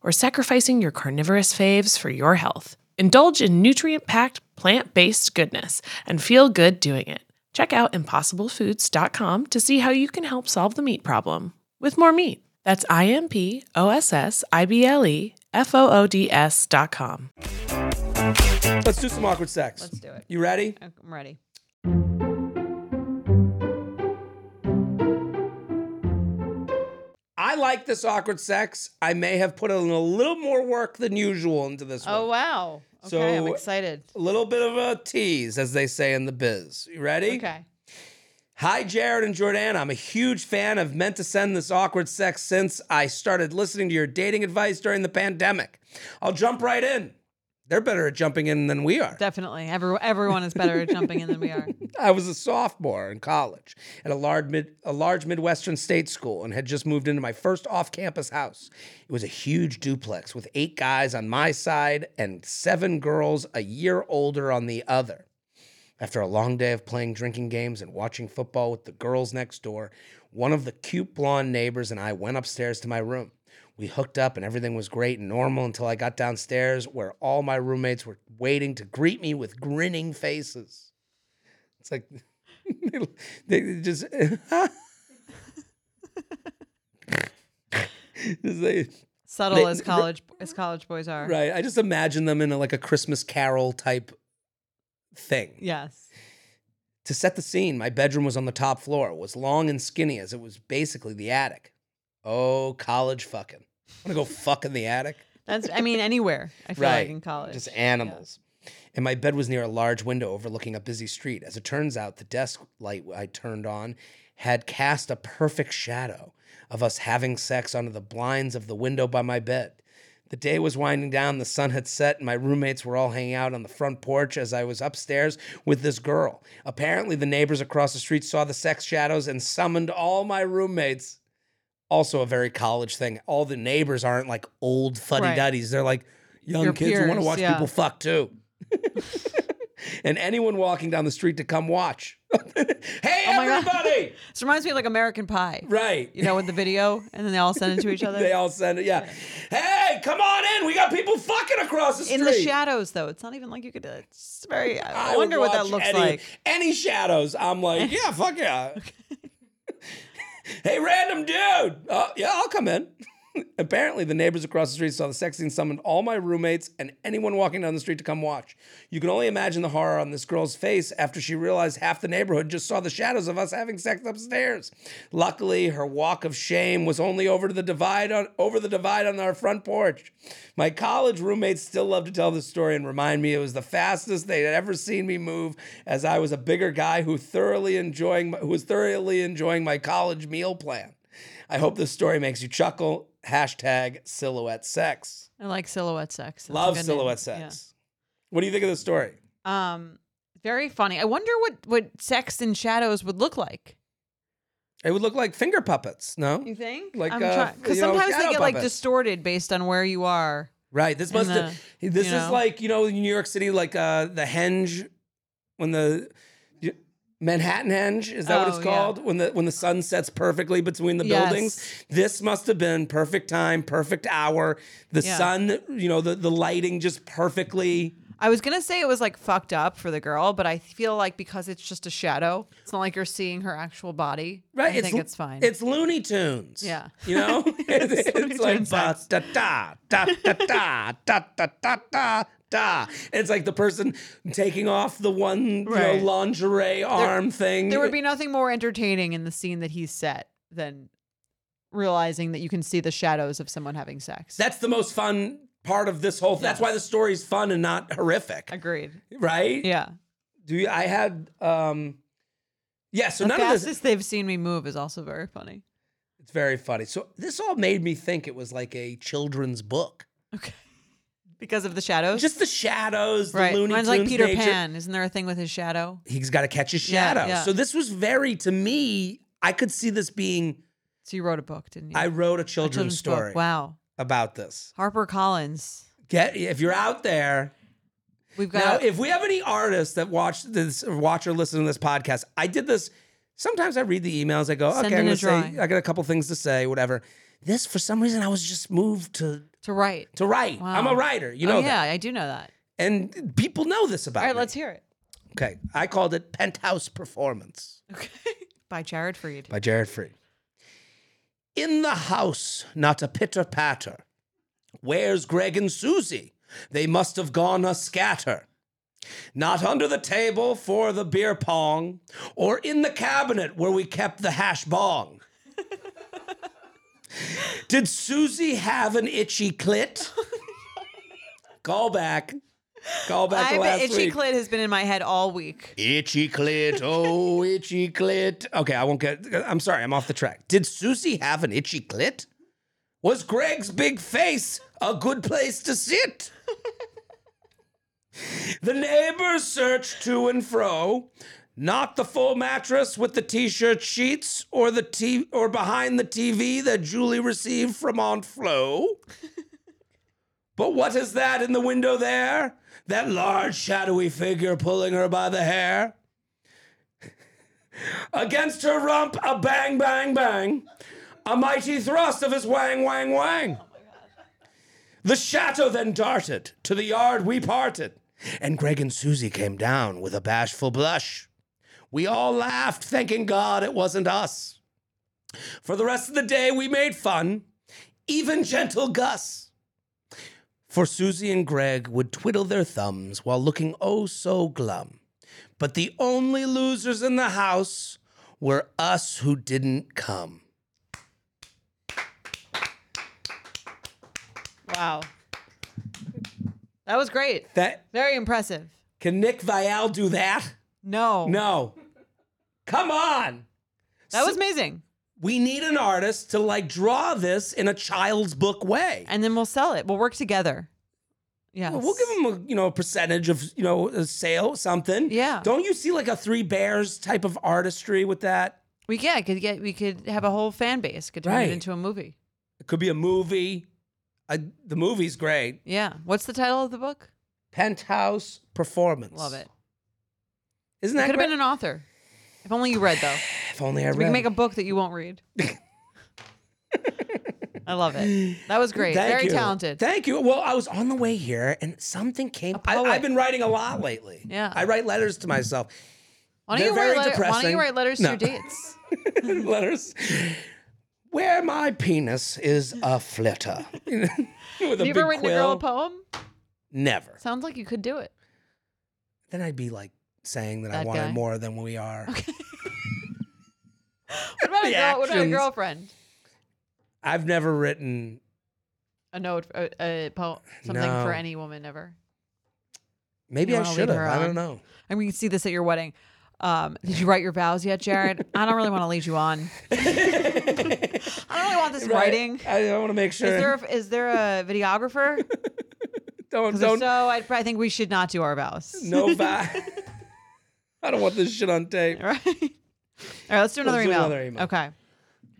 D: or sacrificing your carnivorous faves for your health. Indulge in nutrient packed, plant based goodness and feel good doing it. Check out impossiblefoods.com to see how you can help solve the meat problem with more meat. That's I M P O S S I B L E F O O D S dot com.
B: Let's do some awkward sex.
A: Let's do it.
B: You ready?
A: I'm ready.
B: I I like this awkward sex. I may have put in a little more work than usual into this
A: Oh
B: one.
A: wow. Okay, I'm
B: So-
A: excited.
B: A little bit of a tease, as they say in the biz. You ready?
A: Okay.
B: Hi, Jared and Jordan. I'm a huge fan of Meant to Send This Awkward Sex since I started listening to your dating advice during the pandemic. I'll jump right in. They're better at jumping in than we are.
A: Definitely. Every, everyone is better at jumping in than we are.
B: I was a sophomore in college at a large, mid, a large Midwestern state school and had just moved into my first off campus house. It was a huge duplex with eight guys on my side and seven girls a year older on the other. After a long day of playing drinking games and watching football with the girls next door, one of the cute blonde neighbors and I went upstairs to my room. We hooked up and everything was great and normal until I got downstairs where all my roommates were waiting to greet me with grinning faces. It's like they, they just Just like-
A: Subtle
B: They-
A: as college as college boys are.
B: right. I just imagine them in a, like a Christmas Carol type thing.
A: Yes.
B: To set the scene, my bedroom was on the top floor, was long and skinny as it was basically the attic. Oh, college fucking. Wanna go fuck in the attic?
A: That's I mean anywhere. I feel
B: Right.
A: like in college.
B: Just animals. And my bed was near a large window overlooking a busy street. As it turns out, the desk light I turned on had cast a perfect shadow of us having sex under the blinds of the window by my bed. The day was winding down, the sun had set, and my roommates were all hanging out on the front porch as I was upstairs with this girl. Apparently, the neighbors across the street saw the sex shadows and summoned all my roommates. Also, a very college thing. All the neighbors aren't like old fuddy duddies. They're like young
A: Your
B: kids who want
A: peers,
B: to watch
A: yeah.
B: people fuck too. and anyone walking down the street to come watch. hey,
A: Oh my God.
B: everybody!
A: This reminds me of like American Pie.
B: Right.
A: You know, with the video and then they all send it to each other.
B: They all send it. Yeah. Hey, come on in. We got people fucking across the street.
A: in the shadows though. It's not even like you could it's very I,
B: would
A: wonder what that
B: watch
A: looks
B: any,
A: like.
B: Any shadows, I'm like, yeah, fuck yeah. hey, random dude. Uh, yeah, I'll come in. Apparently, the neighbors across the street saw the sex scene, summoned all my roommates and anyone walking down the street to come watch. You can only imagine the horror on this girl's face after she realized half the neighborhood just saw the shadows of us having sex upstairs. Luckily, her walk of shame was only over to the divide on over the divide on our front porch. My college roommates still love to tell this story and remind me it was the fastest they had ever seen me move, as I was a bigger guy who thoroughly enjoying my, who was thoroughly enjoying my college meal plan. I hope this story makes you chuckle. Hashtag silhouette sex.
A: I like silhouette sex. That's a
B: Love
A: good name.
B: silhouette
A: Yeah.
B: sex. What do you think of this story?
A: Um, very funny. I wonder what what sex in shadows would look like.
B: It would look like finger puppets, no?
A: You think?
B: Like,
A: I'm
B: uh,
A: because
B: you know,
A: sometimes they
B: shadow
A: get like
B: puppet.
A: distorted based on where you are.
B: Right. This
A: And
B: must
A: the-
B: have, this
A: you
B: is
A: know.
B: like, you know, in New York City, like uh the henge when the you- Manhattan henge, is that what
A: Oh,
B: it's
A: yeah.
B: called? When the when the sun sets perfectly between the
A: Yes.
B: buildings. This must have been perfect time, perfect hour. The
A: Yeah.
B: sun, you know, the, the lighting just perfectly
A: I was gonna say it was like fucked up for the girl, but I feel like because it's just a shadow, it's not like you're seeing her actual body.
B: Right,
A: I think
B: lo-
A: it's fine.
B: It's Looney Tunes.
A: Yeah.
B: you know, it's,
A: Looney
B: it's like
A: Tunes
B: da
A: sex.
B: da da da da da da da da da. Da. And It's like the person taking off the one you
A: Right.
B: know, lingerie arm thing.
A: there would be nothing more entertaining in the scene that he's set than realizing that you can see the shadows of someone having sex.
B: That's the most fun part of this whole. That's why the story's fun and not horrific,
A: Agreed.
B: right?
A: Yeah.
B: Do you, I had? um Yeah. So
A: the
B: none of
A: fastest
B: this.
A: they've seen me move is also very funny.
B: It's very funny. So this all made me think it was like a children's book.
A: Okay. Because of the shadows?
B: Just the shadows, the
A: right.
B: Looney
A: Mine's
B: Tunes
A: like Peter
B: nature.
A: Pan. Isn't there a thing with his shadow?
B: he's got to catch
A: Yeah,
B: a shadow.
A: yeah.
B: So this was very to me. I could see this being.
A: So you wrote a book, didn't you?
B: I wrote a
A: a
B: children's,
A: book.
B: story
A: Wow.
B: about this.
A: Harper Collins.
B: Get if you're out there
A: We've got
B: now. If we have any artists that watch this, or watch or listen to this podcast, I did this. Sometimes I read the emails. I go,
A: Send
B: okay,
A: in
B: I'm
A: a
B: gonna say
A: drawing.
B: I got a couple things to say, whatever. This for some reason I was just moved to
A: to write.
B: to write. I'm
A: Wow.
B: a writer, you
A: Oh,
B: know
A: yeah,
B: that,
A: I do know that.
B: and people know this about
A: All right,
B: me.
A: let's hear it.
B: okay, I called it Penthouse Performance.
A: Okay. By Jared Freed.
B: by Jared Free. In the house, not a pitter patter. Where's Greg and Susie? They must have gone a scatter. Not under the table for the beer pong, or in the cabinet where we kept the hash bong. Did Susie have an itchy clit? Call back. Call back to
A: I bet
B: last
A: itchy
B: week.
A: clit has been in my head all week.
B: Itchy clit, oh itchy clit. Okay, I won't get. I'm sorry, I'm off the track. Did Susie have an itchy clit? Was Greg's big face a good place to sit? the neighbors searched to and fro, not the full mattress with the t-shirt sheets or the t or behind the TV that Julie received from Aunt Flo. But what is that in the window there? That large, shadowy figure pulling her by the hair? Against her rump, a bang, bang, bang. A mighty thrust of his wang, wang, wang. The shadow then darted. To the yard we parted. And Greg and Susie came down with a bashful blush. We all laughed, thanking God it wasn't us. For the rest of the day, we made fun, even gentle Gus for Susie and Greg would twiddle their thumbs while looking oh so glum. But the only losers in the house were us who didn't come.
A: Wow. That was great.
B: That
A: Very impressive.
B: can Nick Vial do that?
A: No.
B: No. Come on.
A: That was amazing.
B: We need an artist to like draw this in a child's book way.
A: And then we'll sell it. We'll work together. Yeah.
B: Well, we'll give him a you know a percentage of you know a sale something.
A: Yeah.
B: Don't you see like a three bears type of artistry with that?
A: We yeah, could get we could have a whole fan base. Could turn
B: Right.
A: it into a movie.
B: It could be a movie. I, the movie's great.
A: Yeah. What's the title of the book?
B: Penthouse performance.
A: Love it.
B: Isn't
A: You
B: that
A: could have
B: great?
A: been an author. If only you read though.
B: if only I
A: We
B: read.
A: can make a book that you won't read. I love it. That was great.
B: Thank
A: Very
B: you.
A: talented.
B: Thank you. Well, I was on the way here and something came. I,
A: poet.
B: I've been writing a lot lately.
A: Yeah.
B: I write letters to myself.
A: why don't
B: They're
A: you write
B: very
A: letter- Why don't
B: depressing.
A: you write letters
B: No.
A: to your dates?
B: letters. Where my penis is a flitter. With a
A: you
B: big
A: ever written a girl
B: quill.
A: a poem?
B: Never.
A: Sounds like you could do it.
B: Then I'd be like saying that I
A: That
B: wanted
A: guy.
B: more than we are.
A: What about a girl? What
B: The
A: about a
B: actions.
A: girlfriend?
B: I've never written.
A: A note, a, a poem, something for
B: No.
A: any woman ever.
B: Maybe
A: You
B: I
A: wanna leave
B: should have.
A: her
B: I
A: on.
B: don't know.
A: And we can see this at your wedding. Um, did you write your vows yet, Jared? I don't really want to lead you on. I don't really want this writing.
B: Right. I, want to make sure.
A: Is there a, is there a videographer?
B: don't
A: 'Cause if
B: don't
A: so, I'd, I think we should not do our vows.
B: No vi I don't want this shit on tape.
A: All right. All right, let's do another,
B: Let's do
A: email.
B: another email.
A: Okay.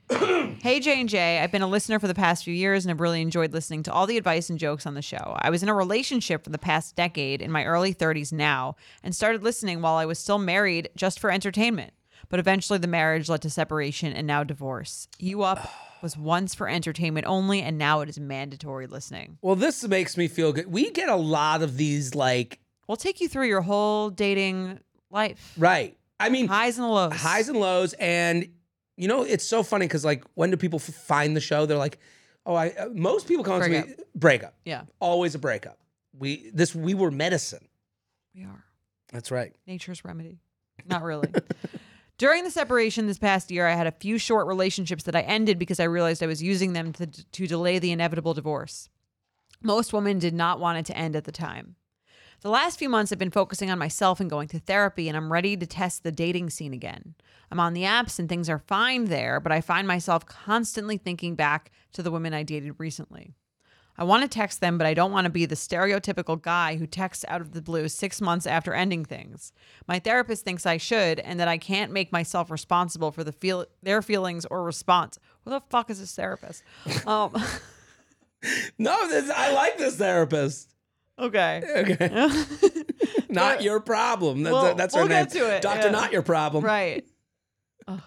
A: hey J and J, I've been a listener for the past few years and have really enjoyed listening to all the advice and jokes on the show. I was in a relationship for the past decade in my early 30s now and started listening while I was still married just for entertainment. But eventually the marriage led to separation and now divorce. You up was once for entertainment only and now it is mandatory listening.
B: Well, this makes me feel good. We get a lot of these, like,
A: We'll take you through your whole dating life.
B: right. I mean,
A: Highs and lows.
B: highs and lows. And, you know, it's so funny because, like, when do people f- find the show? They're like, oh, I, uh, most people come up to me,
A: Breakup.
B: breakup.
A: Yeah,
B: Always a breakup. We, this, we were medicine.
A: we are.
B: That's right.
A: nature's remedy. Not really. During the separation this past year, I had a few short relationships that I ended because I realized I was using them to, to delay the inevitable divorce. Most women did not want it to end at the time. The last few months I've been focusing on myself and going to therapy, and I'm ready to test the dating scene again. I'm on the apps and things are fine there, but I find myself constantly thinking back to the women I dated recently. I want to text them, but I don't want to be the stereotypical guy who texts out of the blue six months after ending things. My therapist thinks I should, and that I can't make myself responsible for the feel their feelings or response. What the fuck is this therapist? Um,
B: No, this, I like this therapist.
A: okay.
B: Okay. not your problem. That's,
A: Well,
B: that's
A: we'll
B: her name.
A: get to it,
B: Doctor,
A: yeah.
B: not your problem.
A: Right. Ugh.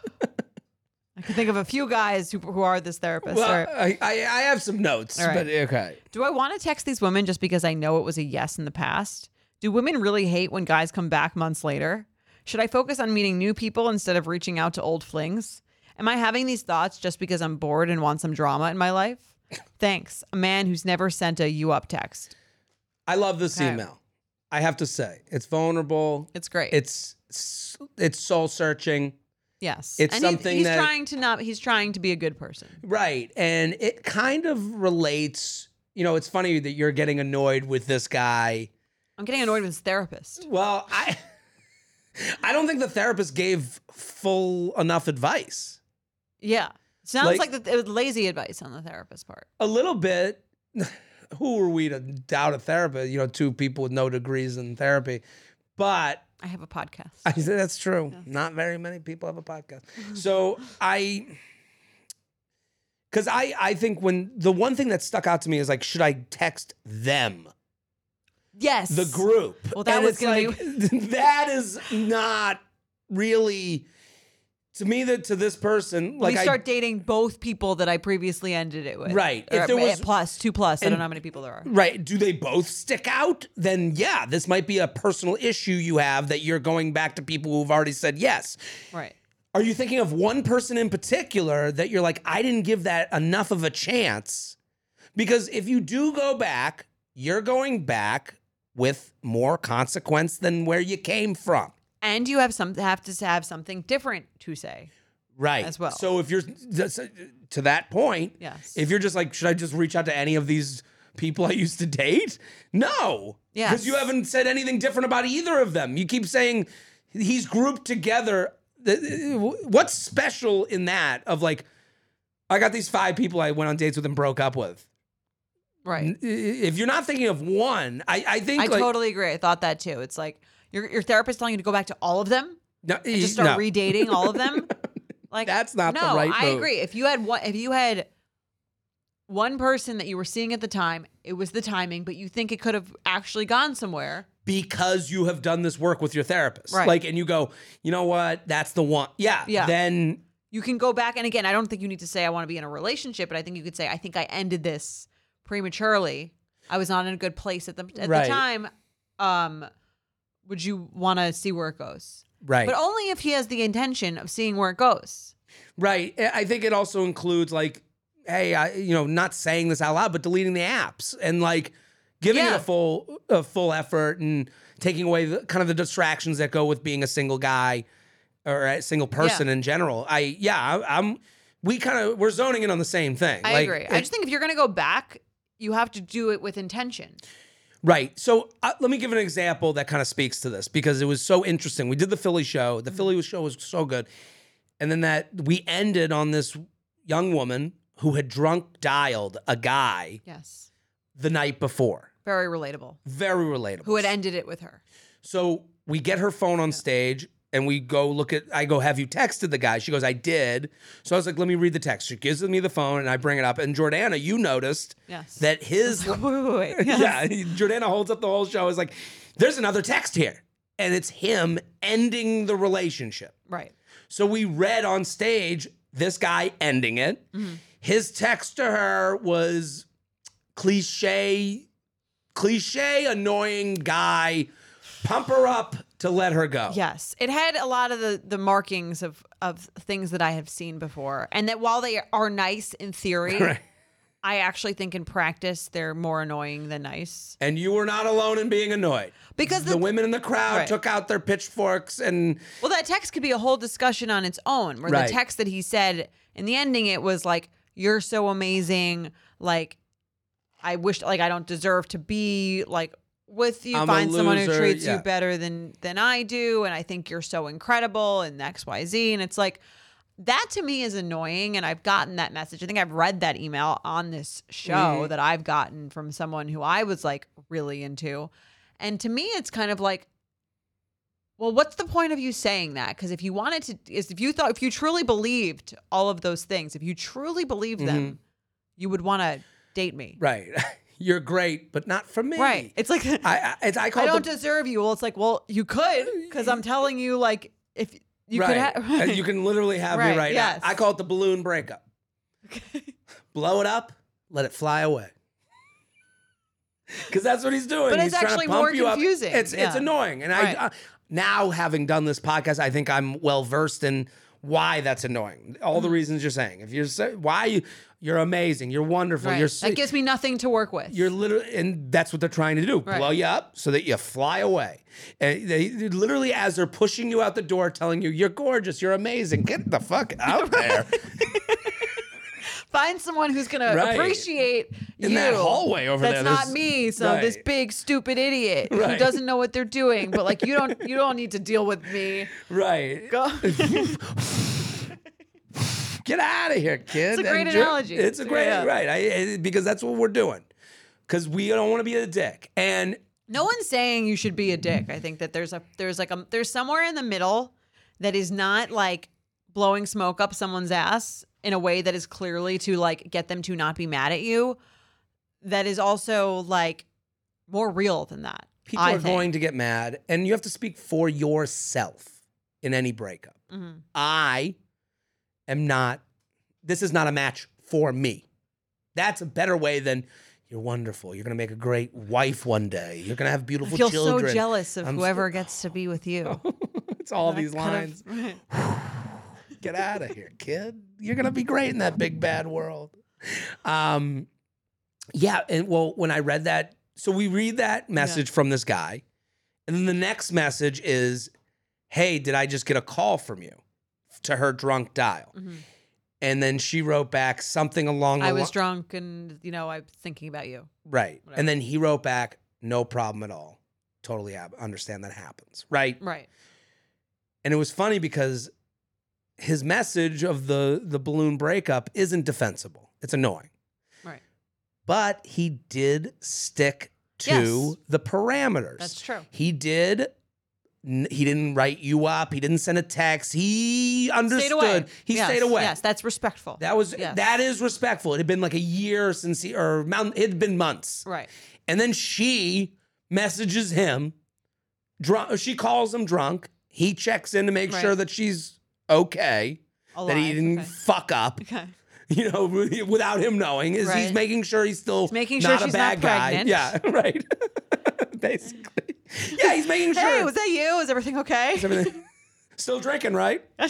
A: I can think of a few guys who, who are this therapist.
B: Well,
A: All right.
B: I, I, I have some notes,
A: All right.
B: but okay.
A: Do I want to text these women just because I know it was a yes in the past? Do women really hate when guys come back months later? Should I focus on meeting new people instead of reaching out to old flings? Am I having these thoughts just because I'm bored and want some drama in my life? Thanks, a man who's never sent a you up text.
B: I love this
A: Okay.
B: email. I have to say, it's vulnerable.
A: It's great.
B: It's it's soul searching.
A: Yes.
B: It's
A: and
B: something
A: he's, he's
B: that-
A: trying to not he's trying to be a good person.
B: Right. And it kind of relates. You know, it's funny that you're getting annoyed with this guy.
A: I'm getting annoyed with his therapist.
B: Well, I I don't think the therapist gave full enough advice.
A: Yeah. Sounds
B: Like-
A: like, that it was lazy advice on the therapist part.
B: A little bit. Who are we to doubt a therapist? You know, two people with no degrees in therapy. But
A: I have a podcast.
B: I said that's true. Not very many people have a podcast. So I because I I think when the one thing that stuck out to me is like, should I text them?
A: yes.
B: the group.
A: Well, that
B: And
A: was
B: it's
A: gonna
B: like, that is not really to me that to this person like
A: we
B: I-
A: start dating both people that I previously ended it with.
B: Right.
A: Or
B: If there
A: eh,
B: was-
A: plus two plus, I
B: and-
A: don't know how many people there are.
B: right do they both stick out then yeah this might be a personal issue you have that you're going back to people who've already said yes
A: Right.
B: are you thinking of one person in particular that you're like I didn't give that enough of a chance because if you do go back you're going back with more consequence than where you came from
A: And you have some have to have something different to say.
B: right
A: as well.
B: so if you're that's- to that point
A: Yes.
B: if you're just like should i just reach out to any of these people i used to date no
A: Yes.
B: because you haven't said anything different about either of them you keep saying he's grouped together Th- what's special in that of like i got these five people i went on dates with and broke up with
A: right.
B: if you're not thinking of one i, I think
A: I
B: like,
A: totally agree. I thought that too. It's like your your therapist telling you to go back to all of them
B: no,
A: and just start redating all of them. Like
B: That's not the
A: no,
B: right
A: I
B: move.
A: agree. If you had one, if you had one person that you were seeing at the time, it was the timing, but you think it could have actually gone somewhere.
B: because you have done this work with your therapist
A: Right.
B: like and you go you know what that's the one yeah,
A: Yeah.
B: then
A: You can go back, and again, I don't think you need to say I want to be in a relationship, but I think you could say I think I ended this prematurely. I was not in a good place at the at
B: Right.
A: the time. Um, would you want to see where it goes?
B: right
A: But only if he has the intention of seeing where it goes.
B: Right. I I think it also includes like, hey, I, you know, not saying this out loud, but deleting the apps and like giving it
A: Yeah.
B: a full a full effort and taking away the, kind of the distractions that go with being a single guy or a single person in general. I yeah, I, I'm. We kind of we're zoning in on the same thing.
A: I
B: Like,
A: agree.
B: it-
A: I just think if you're going to go back, you have to do it with intention.
B: Right. So uh, let me give an example that kind of speaks to this because it was so interesting. We did the Philly show. The
A: Mm-hmm.
B: Philly show was so good. And then that we ended on this young woman who had drunk dialed a guy
A: Yes.
B: the night before.
A: Very relatable.
B: Very relatable.
A: Who had ended it with her.
B: So we get her phone on stage and we go look at I go, have you texted the guy? She goes, I did. So I was like, let me read the text. She gives me the phone and I bring it up. And Jordana, you noticed
A: Yes.
B: that his
A: wait, wait, wait.
B: yeah, Jordana holds up the whole show. Is like, there's another text here, and it's him ending the relationship.
A: Right.
B: So we read on stage this guy ending it. His text to her was cliche, cliche, annoying guy. Pump her up to let her go.
A: Yes. It had a lot of the, the markings of, of things that I have seen before. And that while they are nice in theory,
B: Right.
A: I actually think in practice they're more annoying than nice.
B: And you were not alone in being annoyed.
A: Because
B: the,
A: the-
B: women in the crowd
A: Right.
B: took out their pitchforks and
A: Well, that text could be a whole discussion on its own. Where
B: Right.
A: the text that he said in the ending, it was like, "You're so amazing. Like, I wish, like, I don't deserve to be like with you.
B: I'm a
A: Find someone who
B: loser,"
A: treats
B: yeah.
A: you better than than I do, and I think you're so incredible and X, Y, Z." And it's like that to me is annoying, and I've gotten that message. I think I've read that email on this show
B: Mm-hmm.
A: that I've gotten from someone who I was like really into, and to me, it's kind of like well, what's the point of you saying that? Because if you wanted to, is if you thought, if you truly believed all of those things, if you truly believed
B: Mm-hmm.
A: them, you would want to date me,
B: right. You're great, but not for me.
A: Right. It's like I,
B: I I, it's, I call it
A: don't
B: the,
A: deserve you. Well, it's like, well, you could, because I'm telling you, like, if you could,
B: right. Uh,
A: ha-
B: You can literally have me
A: Right,
B: right
A: yes.
B: now. I call it the balloon breakup. Blow it up, let it fly away. Because that's what he's doing.
A: But it's
B: He's trying to
A: actually
B: pump
A: more
B: you up.
A: confusing,
B: It's it's
A: yeah.
B: annoying, and I
A: Right.
B: uh, now having done this podcast, I think I'm well versed in why that's annoying. All
A: Mm-hmm.
B: the reasons you're saying. If you're so, why you you're amazing, you're wonderful,
A: Right.
B: you're so,
A: that gives me nothing to work with.
B: you're literally, and that's what they're trying to do:
A: Right.
B: blow you up so that you fly away. And they they literally, as they're pushing you out the door, telling you you're gorgeous, you're amazing, get the fuck out there
A: Find someone who's gonna
B: Right.
A: appreciate
B: in
A: you.
B: that hallway over
A: That's
B: there.
A: not
B: there's-
A: me. So this
B: Right.
A: big stupid idiot who
B: Right.
A: doesn't know what they're doing, but like you don't you don't need to deal with me.
B: Right.
A: Go.
B: Get out of here,
A: It's
B: kid.
A: a great
B: And
A: analogy.
B: It's a great,
A: Yeah.
B: right. I, I- because that's what we're doing. Because we don't want to be a dick. And
A: No one's saying you should be a dick. I think that there's a there's like a there's somewhere in the middle that is not like blowing smoke up someone's ass in a way that is clearly to like get them to not be mad at you. That is also like more real than that.
B: people
A: I
B: are
A: think.
B: going to get mad. And you have to speak for yourself in any breakup.
A: Mhm.
B: I am not, this is not a match for me. That's a better way than you're wonderful. You're going to make a great wife one day. You're going to have
A: I
B: beautiful
A: feel
B: children.
A: so jealous of
B: I'm so-
A: whoever gets to be with you.
B: it's all these
A: Kind of-
B: lines. get out of here, kid. You're gonna be great in that big bad world. Um, yeah, and well, when I read that, so we read that message from this guy, and then the next message is, "Hey, did I just get a call from you?" To her drunk dial,
A: Mhm.
B: and then she wrote back something along the
A: I was
B: li-
A: drunk and you know I'm thinking about you.
B: right,
A: Whatever.
B: and then he wrote back, "No problem at all. Totally hap- understand that happens." Right,
A: Right.
B: And it was funny because his message of the the balloon breakup isn't defensible. It's annoying.
A: Right.
B: But he did stick to
A: Yes.
B: the parameters.
A: That's true.
B: He did n- he didn't write you up. He didn't send a text. He understood.
A: Stayed away.
B: He
A: Yes,
B: stayed away.
A: Yes, that's respectful.
B: That was
A: Yes.
B: that is respectful. It had been like a year since he or mountain it had been months.
A: right.
B: And then she messages him, drunk. She calls him drunk. He checks in to make
A: Right.
B: sure that she's okay,
A: Alive.
B: that he didn't
A: Okay.
B: fuck up.
A: Okay.
B: You know, without him knowing, is he's
A: Right.
B: making sure he's still
A: He's making sure
B: not a
A: she's not
B: bad guy.
A: pregnant.
B: Yeah, right. Basically, yeah, he's making sure.
A: Hey, was that you? Is everything okay?
B: Is everything- still drinking, right?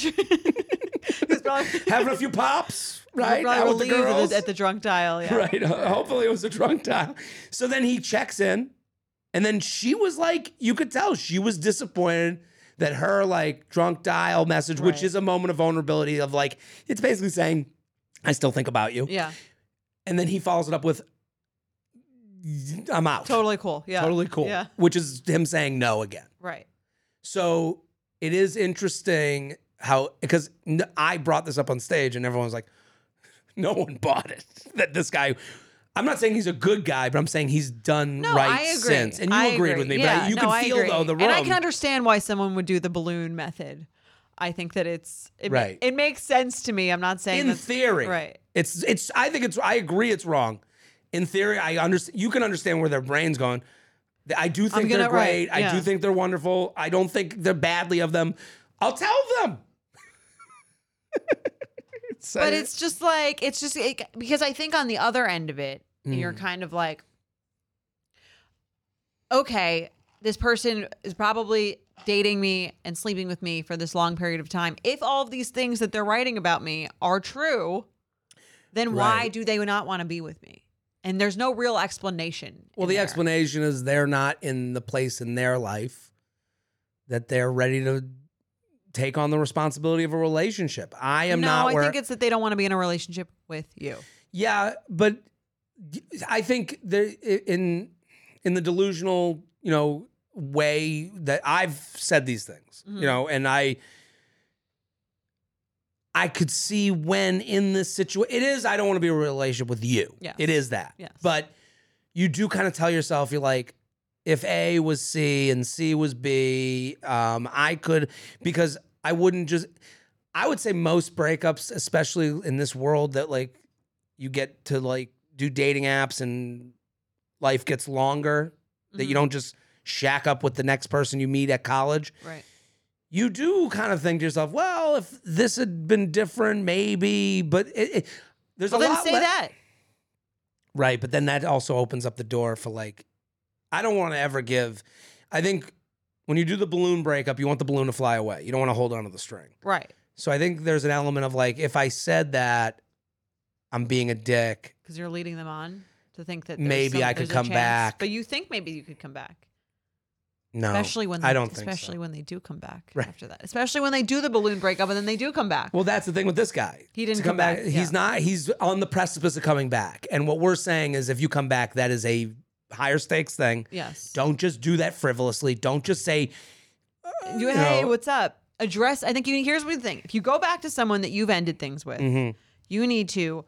A: He's probably,
B: Having a few pops, right?
A: probably
B: Out with
A: relieved
B: the
A: at the-
B: girls.
A: at the drunk dial. Yeah.
B: Right. uh, Hopefully it was a drunk dial. So then he checks in, and then she was like, you could tell she was disappointed that her like drunk dial message, which
A: Right.
B: is a moment of vulnerability of like, it's basically saying, I still think about you.
A: Yeah.
B: And then he follows it up with, I'm out.
A: Totally cool. Yeah.
B: Totally cool.
A: Yeah.
B: Which is him saying no again.
A: Right.
B: So it is interesting how because n- I brought this up on stage and everyone was like, no one bought it. That this guy, I'm not saying he's a good guy, but I'm saying he's done
A: No,
B: right
A: I agree.
B: since. And you
A: I
B: agreed with me, but
A: Yeah,
B: I- you
A: no,
B: can
A: I
B: feel
A: agree.
B: though the room.
A: And I can understand why someone would do the balloon method. I think that it's it, ma-
B: Right.
A: It makes sense to me. I'm not saying
B: in
A: that's
B: theory,
A: right.
B: It's it's. I think it's. I agree. It's wrong. In theory, I understand. You can understand where their brain's going. Th- I do think
A: gonna-
B: they're great.
A: right,
B: I do
A: yeah.
B: think they're wonderful. I don't think they're badly of them. I'll tell them.
A: but it's just like it's just it, because I think on the other end of it,
B: Mm.
A: you're kind of like, okay, this person is probably dating me and sleeping with me for this long period of time. If all of these things that they're writing about me are true, then why
B: Right.
A: do they not want to be with me? And there's no real explanation.
B: Well,
A: in
B: the
A: there.
B: explanation is they're not in the place in their life that they're ready to take on the responsibility of a relationship. I am
A: no,
B: not
A: I
B: where.
A: think it's that they don't want to be in a relationship with you.
B: yeah, but I think there in in the delusional, you know, way that I've said these things,
A: Mhm.
B: you know, and I I could see when in this situation it is I don't want to be in a relationship with you.
A: Yes.
B: It is that.
A: Yes.
B: But you do kind of tell yourself you're like if A was C and C was B, um I could because I wouldn't just I would say most breakups especially in this world that like you get to like do dating apps and life gets longer that you
A: Mhm.
B: don't just shack up with the next person you meet at college
A: Right.
B: you do kind of think to yourself well if this had been different maybe but it, it- there's
A: Well,
B: a
A: then
B: lot
A: say
B: le-
A: that.
B: right but then that also opens up the door for like i don't want to ever give i think when you do the balloon breakup you want the balloon to fly away you don't want to hold onto the string
A: Right.
B: So I think there's an element of like, if I said that, I'm being a dick.
A: because you're leading them on to think that there's
B: Maybe
A: some-
B: I could
A: there's a
B: come
A: chance.
B: back.
A: But you think maybe you could come back,
B: No,
A: especially when
B: I don't think so.
A: especially when they do come back
B: Right.
A: after that, especially when they do the balloon breakup and then they do come back.
B: Well, that's the thing with this guy.
A: He didn't
B: To
A: come back, yeah.
B: He's not. He's on the precipice of coming back. And what we're saying is, if you come back, that is a higher stakes thing.
A: yes,
B: Don't just do that frivolously. Don't just say,
A: you,
B: you
A: hey,
B: know-
A: what's up? Address. I think you here's one thing: if you go back to someone that you've ended things with,
B: Mhm,
A: you need to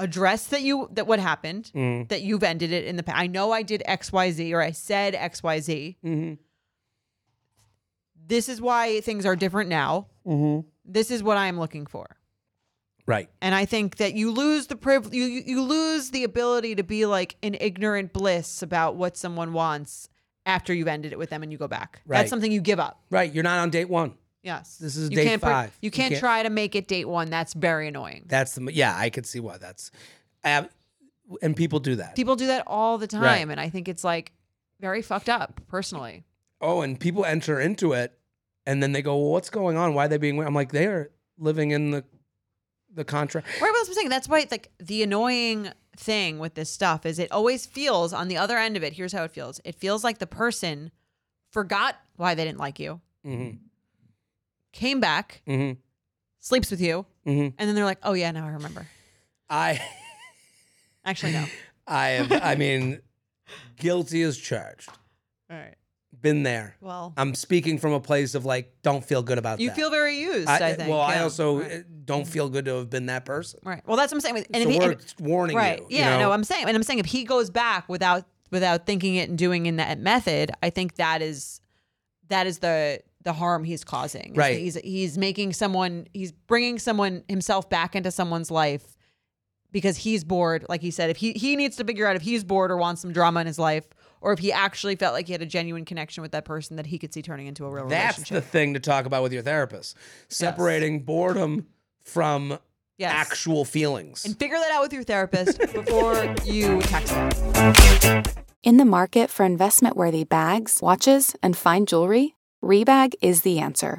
A: address that you that what happened
B: mhm,
A: that you've ended it in the past. I know I did X Y Z or I said X Y Z.
B: mhm,
A: This is why things are different now.
B: mhm."
A: This is what I am looking for.
B: right.
A: And I think that you lose the privilege, you, you you lose the ability to be like an ignorant bliss about what someone wants after you've ended it with them and you go back.
B: Right.
A: That's something you give up.
B: Right. You're not on date one.
A: Yes.
B: This is
A: you
B: day
A: can't pre-
B: five.
A: you
B: You
A: can't
B: can't-
A: try to make it date one. That's very annoying.
B: That's the yeah. I could see why that's, ab- and people do that.
A: People do that all the time.
B: Right.
A: And I think it's like very fucked up personally.
B: oh, and people enter into it, and then they go, well, what's going on? Why are they being? weird?" I'm like, they are living in the, the contract.
A: Right, but that's what I'm saying. That's why, like, the annoying thing with this stuff is it always feels on the other end of it. Here's how it feels: it feels like the person forgot why they didn't like you,
B: Mm-hmm,
A: came back,
B: mm-hmm,
A: sleeps with you,
B: mm-hmm.
A: and then they're like, "Oh yeah, now I remember."
B: I.
A: Actually, no.
B: I have, I mean, guilty as charged.
A: All right.
B: Been there.
A: Well,
B: I'm speaking from a place of like, don't feel good about
A: you
B: that.
A: feel very used. I,
B: I, uh, eh,
A: think.
B: Well, I
A: yeah.
B: also
A: right.
B: uh don't feel good to have been that person.
A: Right. Well, that's what I'm saying. with- And
B: so
A: if he,
B: we're
A: and-
B: warning
A: right.
B: you.
A: yeah.
B: you know?
A: No, I'm saying, and I'm saying, if he goes back without without thinking it and doing in that method, I think that is that is the the harm he's causing. is that
B: Right.
A: He's he's making someone he's bringing someone himself back into someone's life because he's bored. Like he said, if he he needs to figure out if he's bored or wants some drama in his life. Or if he actually felt like he had a genuine connection with that person that he could see turning into a real
B: That's the
A: relationship.
B: thing to talk about with your therapist separating boredom from
A: Yes.
B: actual feelings.
A: And figure that out with your therapist before you text them.
E: In the market for investment worthy bags, watches, and fine jewelry, Rebag is the answer.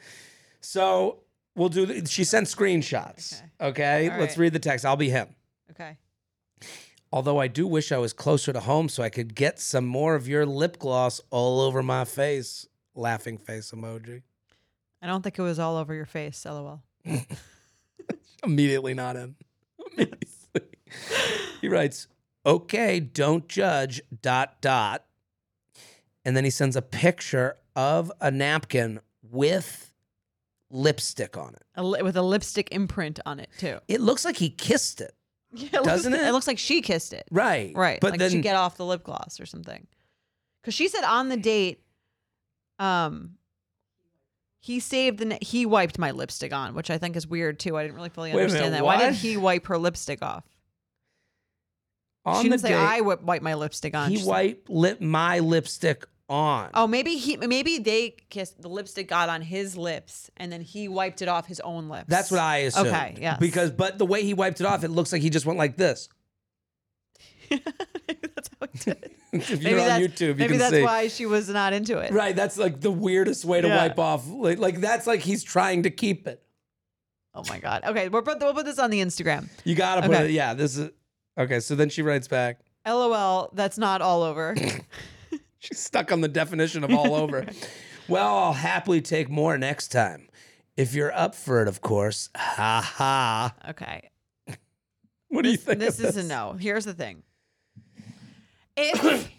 B: So we'll do. The, she sent screenshots. Okay,
A: All
B: let's
A: right.
B: read the text. I'll be him.
A: Okay.
B: Although I do wish I was closer to home so I could get some more of your lip gloss all over my face. Laughing face emoji.
A: I don't think it was all over your face, lol.
B: Immediately not him. Immediately. he writes, okay, don't judge, dot, dot. And then he sends a picture of a napkin with lipstick on it.
A: A li- with a lipstick imprint on it too.
B: It looks like he kissed it.
A: Yeah, it
B: Doesn't
A: looks,
B: it?
A: It looks like she kissed it.
B: Right.
A: Right.
B: But
A: like
B: then,
A: she get off the lip gloss or something. Cuz she said on the date um he saved the na- he wiped my lipstick on, which I think is weird too. I didn't really fully
B: Wait a minute,
A: understand that. Why did
B: what?
A: he wipe her lipstick off?
B: on
A: she
B: the
A: didn't say
B: day,
A: I wi- wiped my lipstick on.
B: he
A: She said-
B: wiped lip, my lipstick on.
A: Oh, maybe he maybe they kissed the lipstick got on his lips and then he wiped it off his own lips.
B: That's what I assumed.
A: Okay, yes.
B: Because, but the way he wiped it off, it looks like he just went like this.
A: That's how it did.
B: If you're on
A: that's,
B: YouTube, you
A: maybe
B: can
A: that's
B: see.
A: why she was not into it.
B: Right, that's like the weirdest way to
A: Yeah.
B: wipe off. Like, like that's like he's trying to keep it.
A: Oh my god. Okay, we'll put we'll put this on the Instagram.
B: You gotta put
A: Okay.
B: it. Yeah, this is okay. So then she writes back.
A: LOL. That's not all over.
B: She's stuck on the definition of all over. well, I'll happily take more next time. If you're up for it, of course. Ha ha.
A: okay.
B: What do you think?
A: This
B: of
A: is a no. Here's the thing. If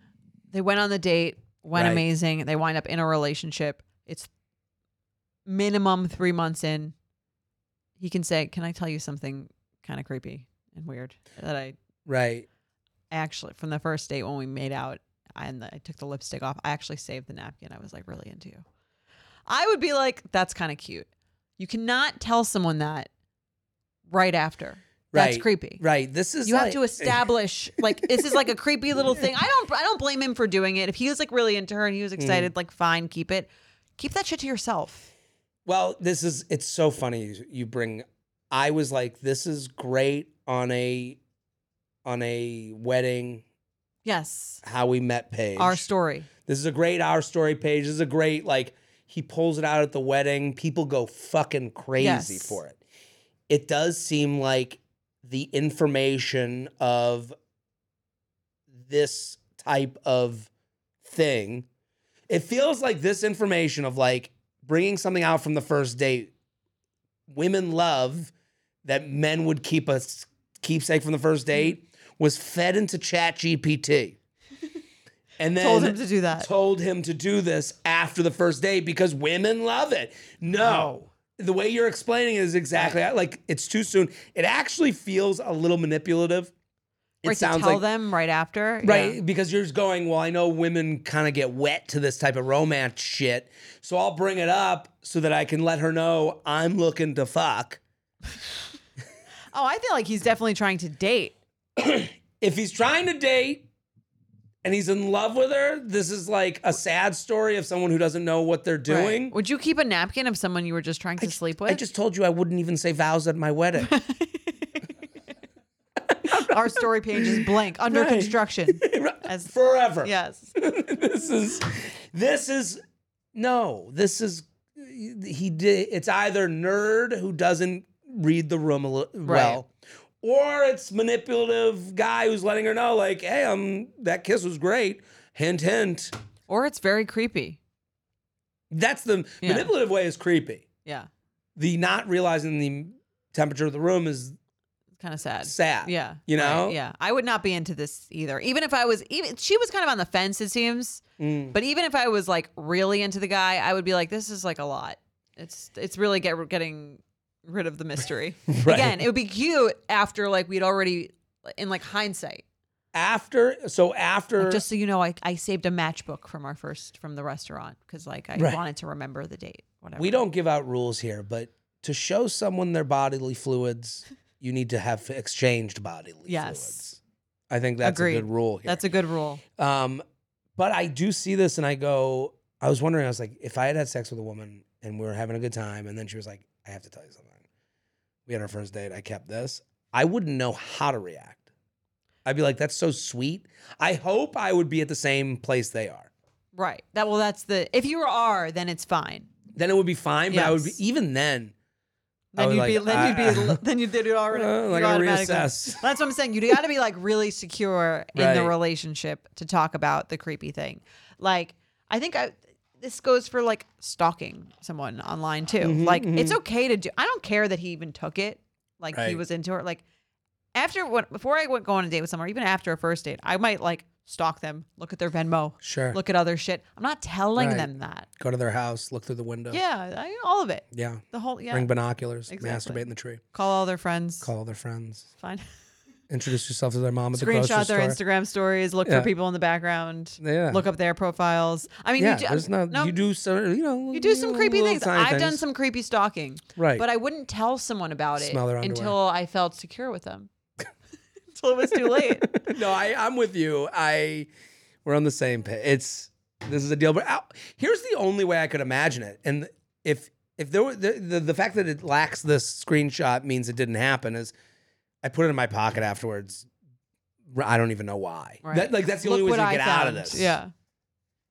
A: they went on the date, went
B: Right.
A: amazing, they wind up in a relationship, it's minimum three months in. He can say, Can I tell you something kind of creepy and weird that I
B: Right.
A: actually from the first date when we made out and I took the lipstick off, I actually saved the napkin. I was like really into you. I would be like, that's kind of cute. You cannot tell someone that right after. That's
B: Right.
A: creepy.
B: Right. This is.
A: You have
B: like-
A: to establish like this is like a creepy little thing. I don't I don't blame him for doing it. If he was like really into her and he
B: Mm.
A: was excited, like fine, keep it. Keep that shit to yourself.
B: Well, this is. It's so funny you, you bring. I was like, this is great on a, on a wedding.
A: Yes.
B: How we met page.
A: Our story.
B: This is a great our story page. This is a great like he pulls it out at the wedding. People go fucking crazy
A: Yes.
B: for it. It does seem like the information of this type of thing. It feels like this information of like bringing something out from the first date women love that men would keep a s- keepsake from the first date
A: Mm-hmm.
B: was fed into chat GPT. And then
A: Told him to do that.
B: told him to do this after the first date because women love it. No. The way you're explaining it is exactly like it's too soon. It actually feels a little manipulative. It
A: Right
B: sounds
A: to tell
B: like
A: them right after.
B: Right,
A: Yeah.
B: because you're just going, well, I know women kind of get wet to this type of romance shit. So I'll bring it up so that I can let her know I'm looking to fuck.
A: Oh, I feel like he's definitely trying to date.
B: If he's trying to date and he's in love with her, this is like a sad story of someone who doesn't know what they're
A: Right.
B: doing.
A: Would you keep a napkin of someone you were just trying to sleep with?
B: I just told you I wouldn't even say vows at my wedding.
A: Our story page is blank, under
B: Right.
A: construction. As-
B: Forever.
A: yes.
B: this is this is no this is he did it's either nerd who doesn't read the room a li- well or it's manipulative guy who's letting her know like hey um that kiss was great hint hint
A: Or it's very creepy.
B: that's the
A: Yeah.
B: manipulative way is creepy
A: Yeah.
B: the not realizing the temperature of the room is
A: It's kind of sad.
B: sad
A: Uh, Yeah.
B: you
A: Right.
B: know
A: Yeah. I would not be into this either. Even if I was even she was kind of on the fence, it seems.
B: Mm.
A: But even if I was like really into the guy, I would be like, this is like a lot. It's it's really get getting rid of the mystery.
B: Right.
A: Again, it would be cute after like we'd already in like hindsight.
B: after so after
A: Like, just so you know, I, I saved a matchbook from our first from the restaurant because like I
B: Right.
A: wanted to remember the date. Whatever.
B: We don't give out rules here, but to show someone their bodily fluids, you need to have exchanged bodily
A: Yes.
B: fluids. I think that's
A: Agreed.
B: a good rule here.
A: That's a good rule.
B: um, but I do see this and I go, I was wondering, I was like, if I had had sex with a woman and we were having a good time, and then she was like, I have to tell you something. We had our first date, I kept this. I wouldn't know how to react. I'd be like, that's so sweet. I hope I would be at the same place they are.
A: Right. That well that's the if you are, then it's fine.
B: Then it would be fine, but I would be,
A: Yes.
B: even then, I
A: Then
B: would
A: you'd be
B: like,
A: then you'd be
B: I-
A: l- then you did it already.
B: Uh,
A: you
B: like, I
A: automatically-
B: reassess.
A: That's what I'm saying. You got to be like really secure in the
B: Right.
A: relationship to talk about the creepy thing. Like I think I this goes for like stalking someone online too.
B: Mm-hmm,
A: like it's okay to do. I don't care that he even took it. Like he
B: Right.
A: was into her. Like after when before I went go on a date with someone, or even after a first date, I might like stalk them, look at their Venmo,
B: Sure.
A: look at other shit. I'm not telling
B: Right.
A: them that.
B: go to their house, look through the window.
A: Yeah, I, all of it.
B: Yeah.
A: The whole yeah.
B: Bring binoculars,
A: Exactly.
B: masturbate in the tree,
A: Call all their friends.
B: call their friends,
A: Fine.
B: introduce yourself to their mom at the grocery
A: Screenshot
B: store.
A: their Instagram stories. Look
B: Yeah.
A: for people in the background.
B: Yeah.
A: Look up their profiles. I mean,
B: yeah,
A: you, do,
B: there's not,
A: no,
B: you do some, you know,
A: you do some
B: know,
A: creepy
B: little
A: things.
B: tiny
A: I've done
B: things.
A: some creepy stalking,
B: Right.
A: but I wouldn't tell someone about it
B: Smell their underwear.
A: until I felt secure with them. until it was too late.
B: no, I, I'm with you. I, we're on the same page. It's, this is a deal. But out- here's the only way I could imagine it. And if, if there were the, the, the fact that it lacks this screenshot means it didn't happen is I put it in my pocket afterwards I don't even know why.
A: Right.
B: That, like that's the only
A: Look
B: way to
A: what I
B: get out of
A: found.
B: this.
A: Yeah.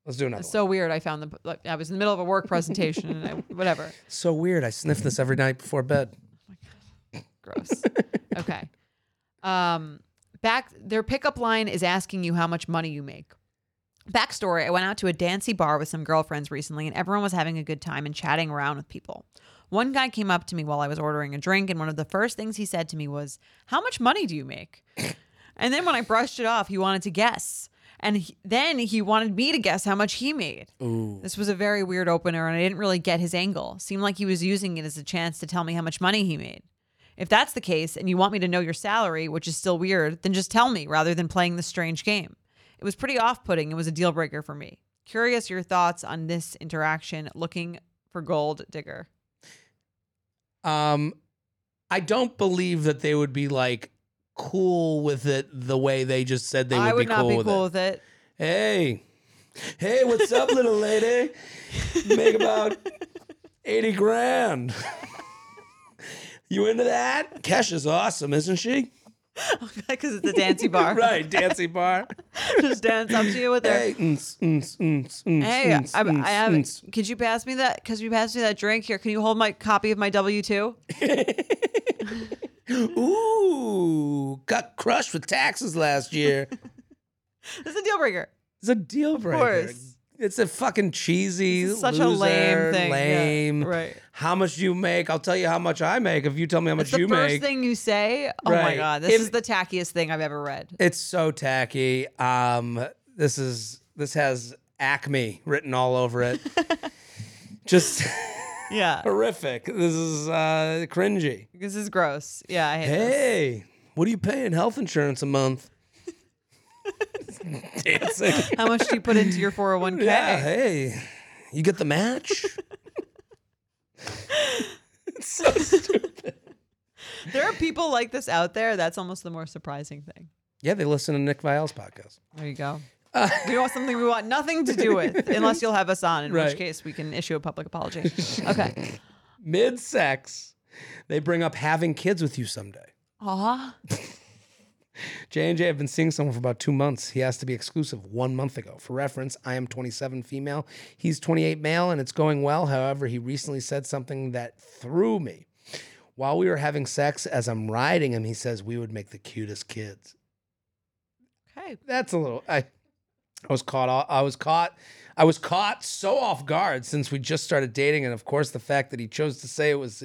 B: Let's do another.
A: It's
B: So,
A: so weird. I found the like, I was in the middle of a work presentation and I, whatever.
B: so weird. I sniff this every night before bed.
A: Gross. Okay. Um, back their pickup line is asking you how much money you make. Backstory: I went out to a dancey bar with some girlfriends recently, and everyone was having a good time and chatting around with people. One guy came up to me while I was ordering a drink, and one of the first things he said to me was, "How much money do you make?" and then when I brushed it off, he wanted to guess. And he, then he wanted me to guess how much he made. This was a very weird opener, and I didn't really get his angle. Seemed like he was using it as a chance to tell me how much money he made. If that's the case and you want me to know your salary, which is still weird, then just tell me rather than playing this strange game. It was pretty off putting and was a deal breaker for me. Curious your thoughts on this interaction looking for gold digger.
B: Um, I don't believe that they would be like cool with it the way they just said they would,
A: I would
B: be,
A: not
B: cool
A: be
B: with
A: cool
B: it.
A: with it.
B: Hey, hey, what's up, little lady? Make about eighty grand. you into that? Kesh is awesome, isn't she?
A: Because it's a dancey bar.
B: Right, dancey bar.
A: just dance up to you with her.
B: Hey, mm, mm, mm, mm,
A: Hey,
B: mm,
A: I,
B: mm,
A: I have.
B: mm.
A: Could you pass me that? Could you pass me that drink here? Can you hold my copy of my W two?
B: Ooh, got crushed with taxes last year.
A: This is a deal breaker.
B: It's a deal breaker.
A: course.
B: It's a fucking cheesy,
A: It's such a
B: loser,
A: lame thing. Yeah,
B: Lame.
A: right.
B: How much do you make? I'll tell you how much I make if you tell me how much
A: It's the
B: you
A: first
B: make.
A: thing you say. Oh my
B: Right.
A: god, this
B: If-
A: is the tackiest thing I've ever read.
B: It's so tacky. Um, this is this has Acme written all over it. Just
A: Yeah,
B: horrific. This is uh, cringy.
A: this is gross. Yeah, I hate this.
B: Hey, what do you pay in health insurance a month? Dancing.
A: How much do you put into your 401k?
B: Yeah, hey, you get the match. it's so stupid.
A: There are people like this out there. That's almost the more surprising thing.
B: Yeah, they listen to Nick Vial's podcast.
A: There you go. we want something we want nothing to do with, unless you'll have us on, in which
B: Right.
A: case we can issue a public apology. Okay.
B: Mid sex, they bring up having kids with you someday.
A: Aw.
B: J and J have been seeing someone for about two months. He asked to be exclusive one month ago. For reference, I am 27 female, he's 28 male, and it's going well. However, he recently said something that threw me. While we were having sex, as I'm riding him, he says we would make the cutest kids.
A: Okay.
B: that's a little I I was caught off I was caught I was caught so off guard since we just started dating and of course the fact that he chose to say it was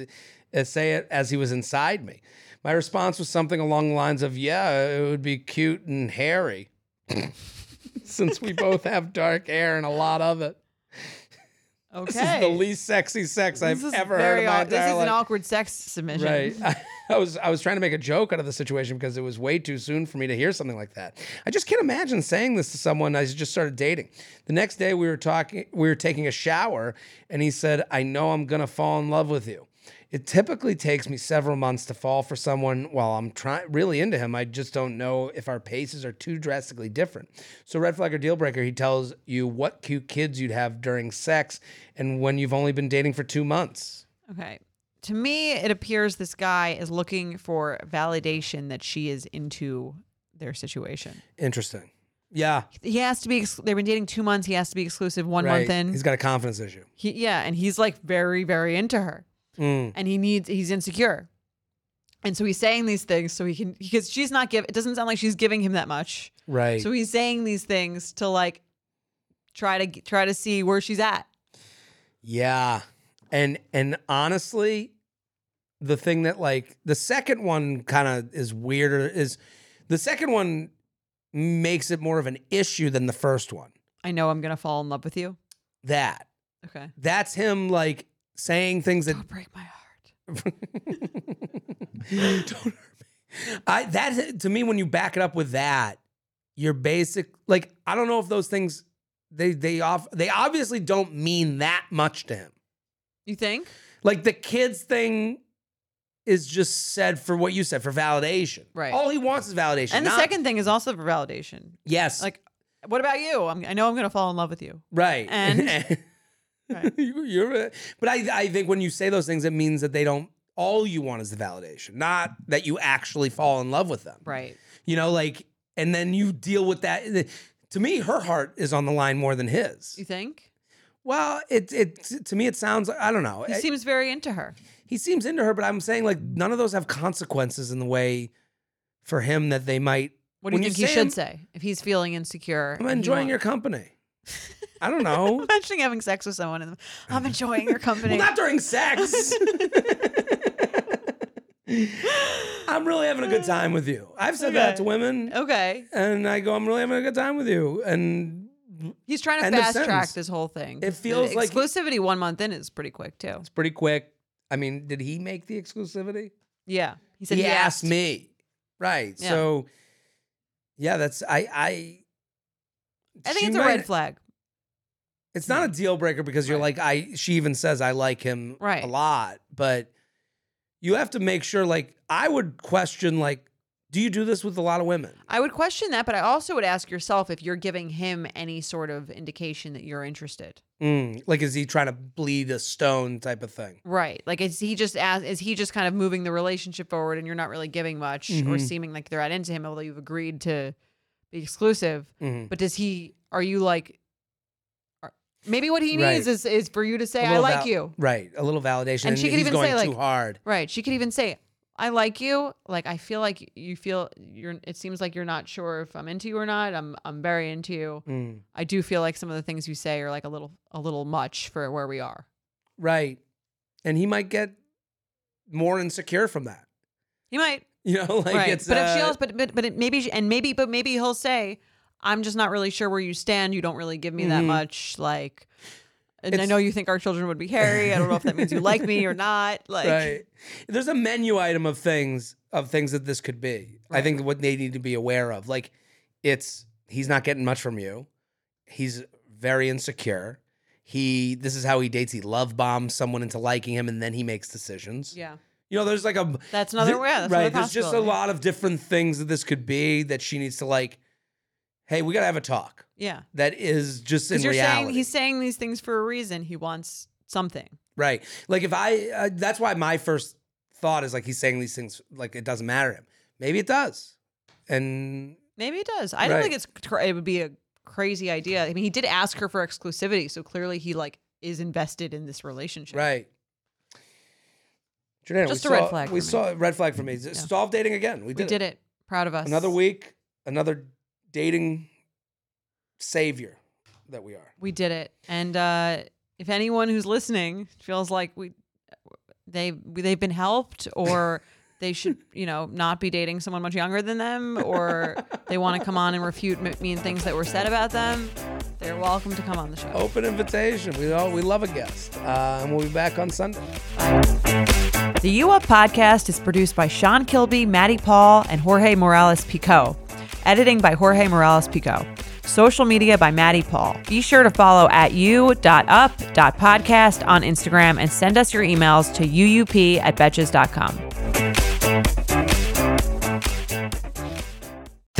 B: uh, say it as he was inside me. My response was something along the lines of yeah, it would be cute and hairy. since we both have dark hair and a lot of it.
A: Okay.
B: This is the least sexy sex
A: This
B: I've
A: is
B: ever heard
A: very
B: of my
A: aw- This
B: entire
A: is an
B: life.
A: awkward sex submission.
B: Right. I, was I was trying to make a joke out of the situation because it was way too soon for me to hear something like that. I just can't imagine saying this to someone I just started dating. The next day we were talking we were taking a shower and he said, "I know I'm going to fall in love with you." It typically takes me several months to fall for someone while I'm trying really into him. I just don't know if our paces are too drastically different. So red flag or deal breaker, he tells you what cute kids you'd have during sex and when you've only been dating for 2 months.
A: Okay. To me, it appears this guy is looking for validation that she is into their situation.
B: Interesting. Yeah.
A: He has to be. Ex- they've been dating two months. He has to be exclusive one month
B: Right.
A: in.
B: He's got a confidence issue.
A: He, yeah, and he's like very, very into her,
B: Mm.
A: and he needs. He's insecure, and so he's saying these things so he can because she's not give. It doesn't sound like she's giving him that much.
B: Right.
A: So he's saying these things to like try to g- try to see where she's at.
B: yeah. And and honestly, the thing that like the second one kind of is weirder is the second one makes it more of an issue than the first one.
A: I know I'm gonna fall in love with you.
B: That
A: Okay.
B: that's him like saying things that
A: Don't break my heart.
B: don't hurt me. I that to me when you back it up with that, you're basic like I don't know if those things they they off they obviously don't mean that much to him.
A: You think?
B: Like the kids thing is just said for what you said for validation.
A: Right.
B: All he wants is validation.
A: And the
B: not-
A: second thing is also for validation.
B: yes, like
A: Like, what about you? I'm, I know I'm going to fall in love with you.
B: right,
A: and- Right.
B: You- you're. But I I think when you say those things, it means that they don't. All you want is the validation, not that you actually fall in love with them.
A: Right.
B: You know, like and then you deal with that. To me, her heart is on the line more than his.
A: You think?
B: Well, it it to me it sounds I don't know.
A: He
B: I-
A: seems very into her.
B: he seems into her, but I'm saying like none of those have consequences in the way for him that they might.
A: What do
B: When
A: you
B: you
A: think he
B: say
A: should
B: I'm-
A: say if he's feeling insecure?
B: I'm
A: and he
B: enjoying
A: won't-
B: your company. I don't know.
A: I'm imagining having sex with someone and I'm enjoying your company.
B: well, not during sex. I'm really having a good time with you. I've said that
A: Okay. Oh.
B: to women,
A: okay.
B: and I go, I'm really having a good time with you, and
A: He's trying to
B: End of
A: fast track
B: sentence.
A: this whole thing.
B: It feels
A: The
B: like-
A: exclusivity one month in is pretty quick too.
B: it's pretty quick. I mean, did he make the exclusivity?
A: Yeah. He said he,
B: asked me, right?
A: Yeah.
B: So, yeah, that's I. I,
A: I
B: she
A: think it's a
B: might-
A: red flag.
B: It's not a
A: Mm.
B: deal breaker because you're like I. She even says I like him
A: Right.
B: a lot, but you have to make sure. Like I would question, like, do you do this with a lot of women?
A: I would question that, but I also would ask yourself if you're giving him any sort of indication that you're interested.
B: Mm, like, is he trying to bleed a stone type of thing?
A: Right. Like is he just as is he just kind of moving the relationship forward and you're not really giving much or
B: Mhm.
A: seeming like they're not into him, although you've agreed to be exclusive.
B: Mhm.
A: But does he are you like are- maybe what he needs
B: Right.
A: is is for you to say,
B: A
A: I
B: little
A: like
B: val-
A: you.
B: right? A little validation,
A: And
B: and,
A: she could
B: he's
A: even
B: going
A: say,
B: too
A: like-
B: hard.
A: Right. She could even say, I like you. Like I feel like you feel you're it seems like you're not sure if I'm into you or not. I'm I'm very into you.
B: Mm.
A: I do feel like some of the things you say are like a little a little much for where we are.
B: Right, and he might get more insecure from that.
A: You might
B: You know, like
A: right.
B: it's.
A: but if she
B: uh,
A: else, but but but it maybe she- and maybe but maybe he'll say, "I'm just not really sure where you stand. You don't really give me that
B: Mhm.
A: much." Like, and I
B: It's-
A: know you think our children would be hairy. I don't know if that means you like me or not. Like,
B: right. There's a menu item of things of things that this could be. I think what they need to be aware of, like, it's he's not getting much from you. He's very insecure. He this is how he dates. He love bombs someone into liking him, and then he makes decisions.
A: yeah,
B: You know, there's like a
A: that's another
B: Th-
A: way. That's
B: right.
A: another
B: There's just a
A: possibility.
B: lot of different things that this could be that she needs to like. Hey, we gotta have a talk.
A: Yeah,
B: That is just in
A: because you're
B: reality.
A: saying he's saying these things for a reason. He wants something.
B: Right. Like if I, uh, that's why my first thought is like he's saying these things like it doesn't matter to him. Maybe it does. And
A: Maybe it does. I don't
B: Right.
A: think it's cra- it would be a crazy idea. I mean, he did ask her for exclusivity, so clearly he like is invested in this relationship.
B: right. Jordana,
A: Just
B: we
A: a red
B: saw-
A: flag
B: We
A: for me. Mm-hmm.
B: saw a red flag for me. Solve dating again. We did,
A: We did it. Proud of us.
B: Another week, another dating savior that we are.
A: We did it. And uh, if anyone who's listening feels like we they they've been helped or they should, you know, not be dating someone much younger than them or they want to come on and refute m- mean things that were said about them, they're welcome to come on the show.
B: Open invitation. We all, we love a guest, uh, and we'll be back on Sunday.
A: The U Up podcast is produced by Sean Kilby, Maddie Paul, and Jorge Morales Pico. Editing by Jorge Morales Pico. Social media by Maddie Paul. Be sure to follow at u.up.podcast on Instagram and send us your emails to uup at betches.com.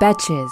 F: Betches.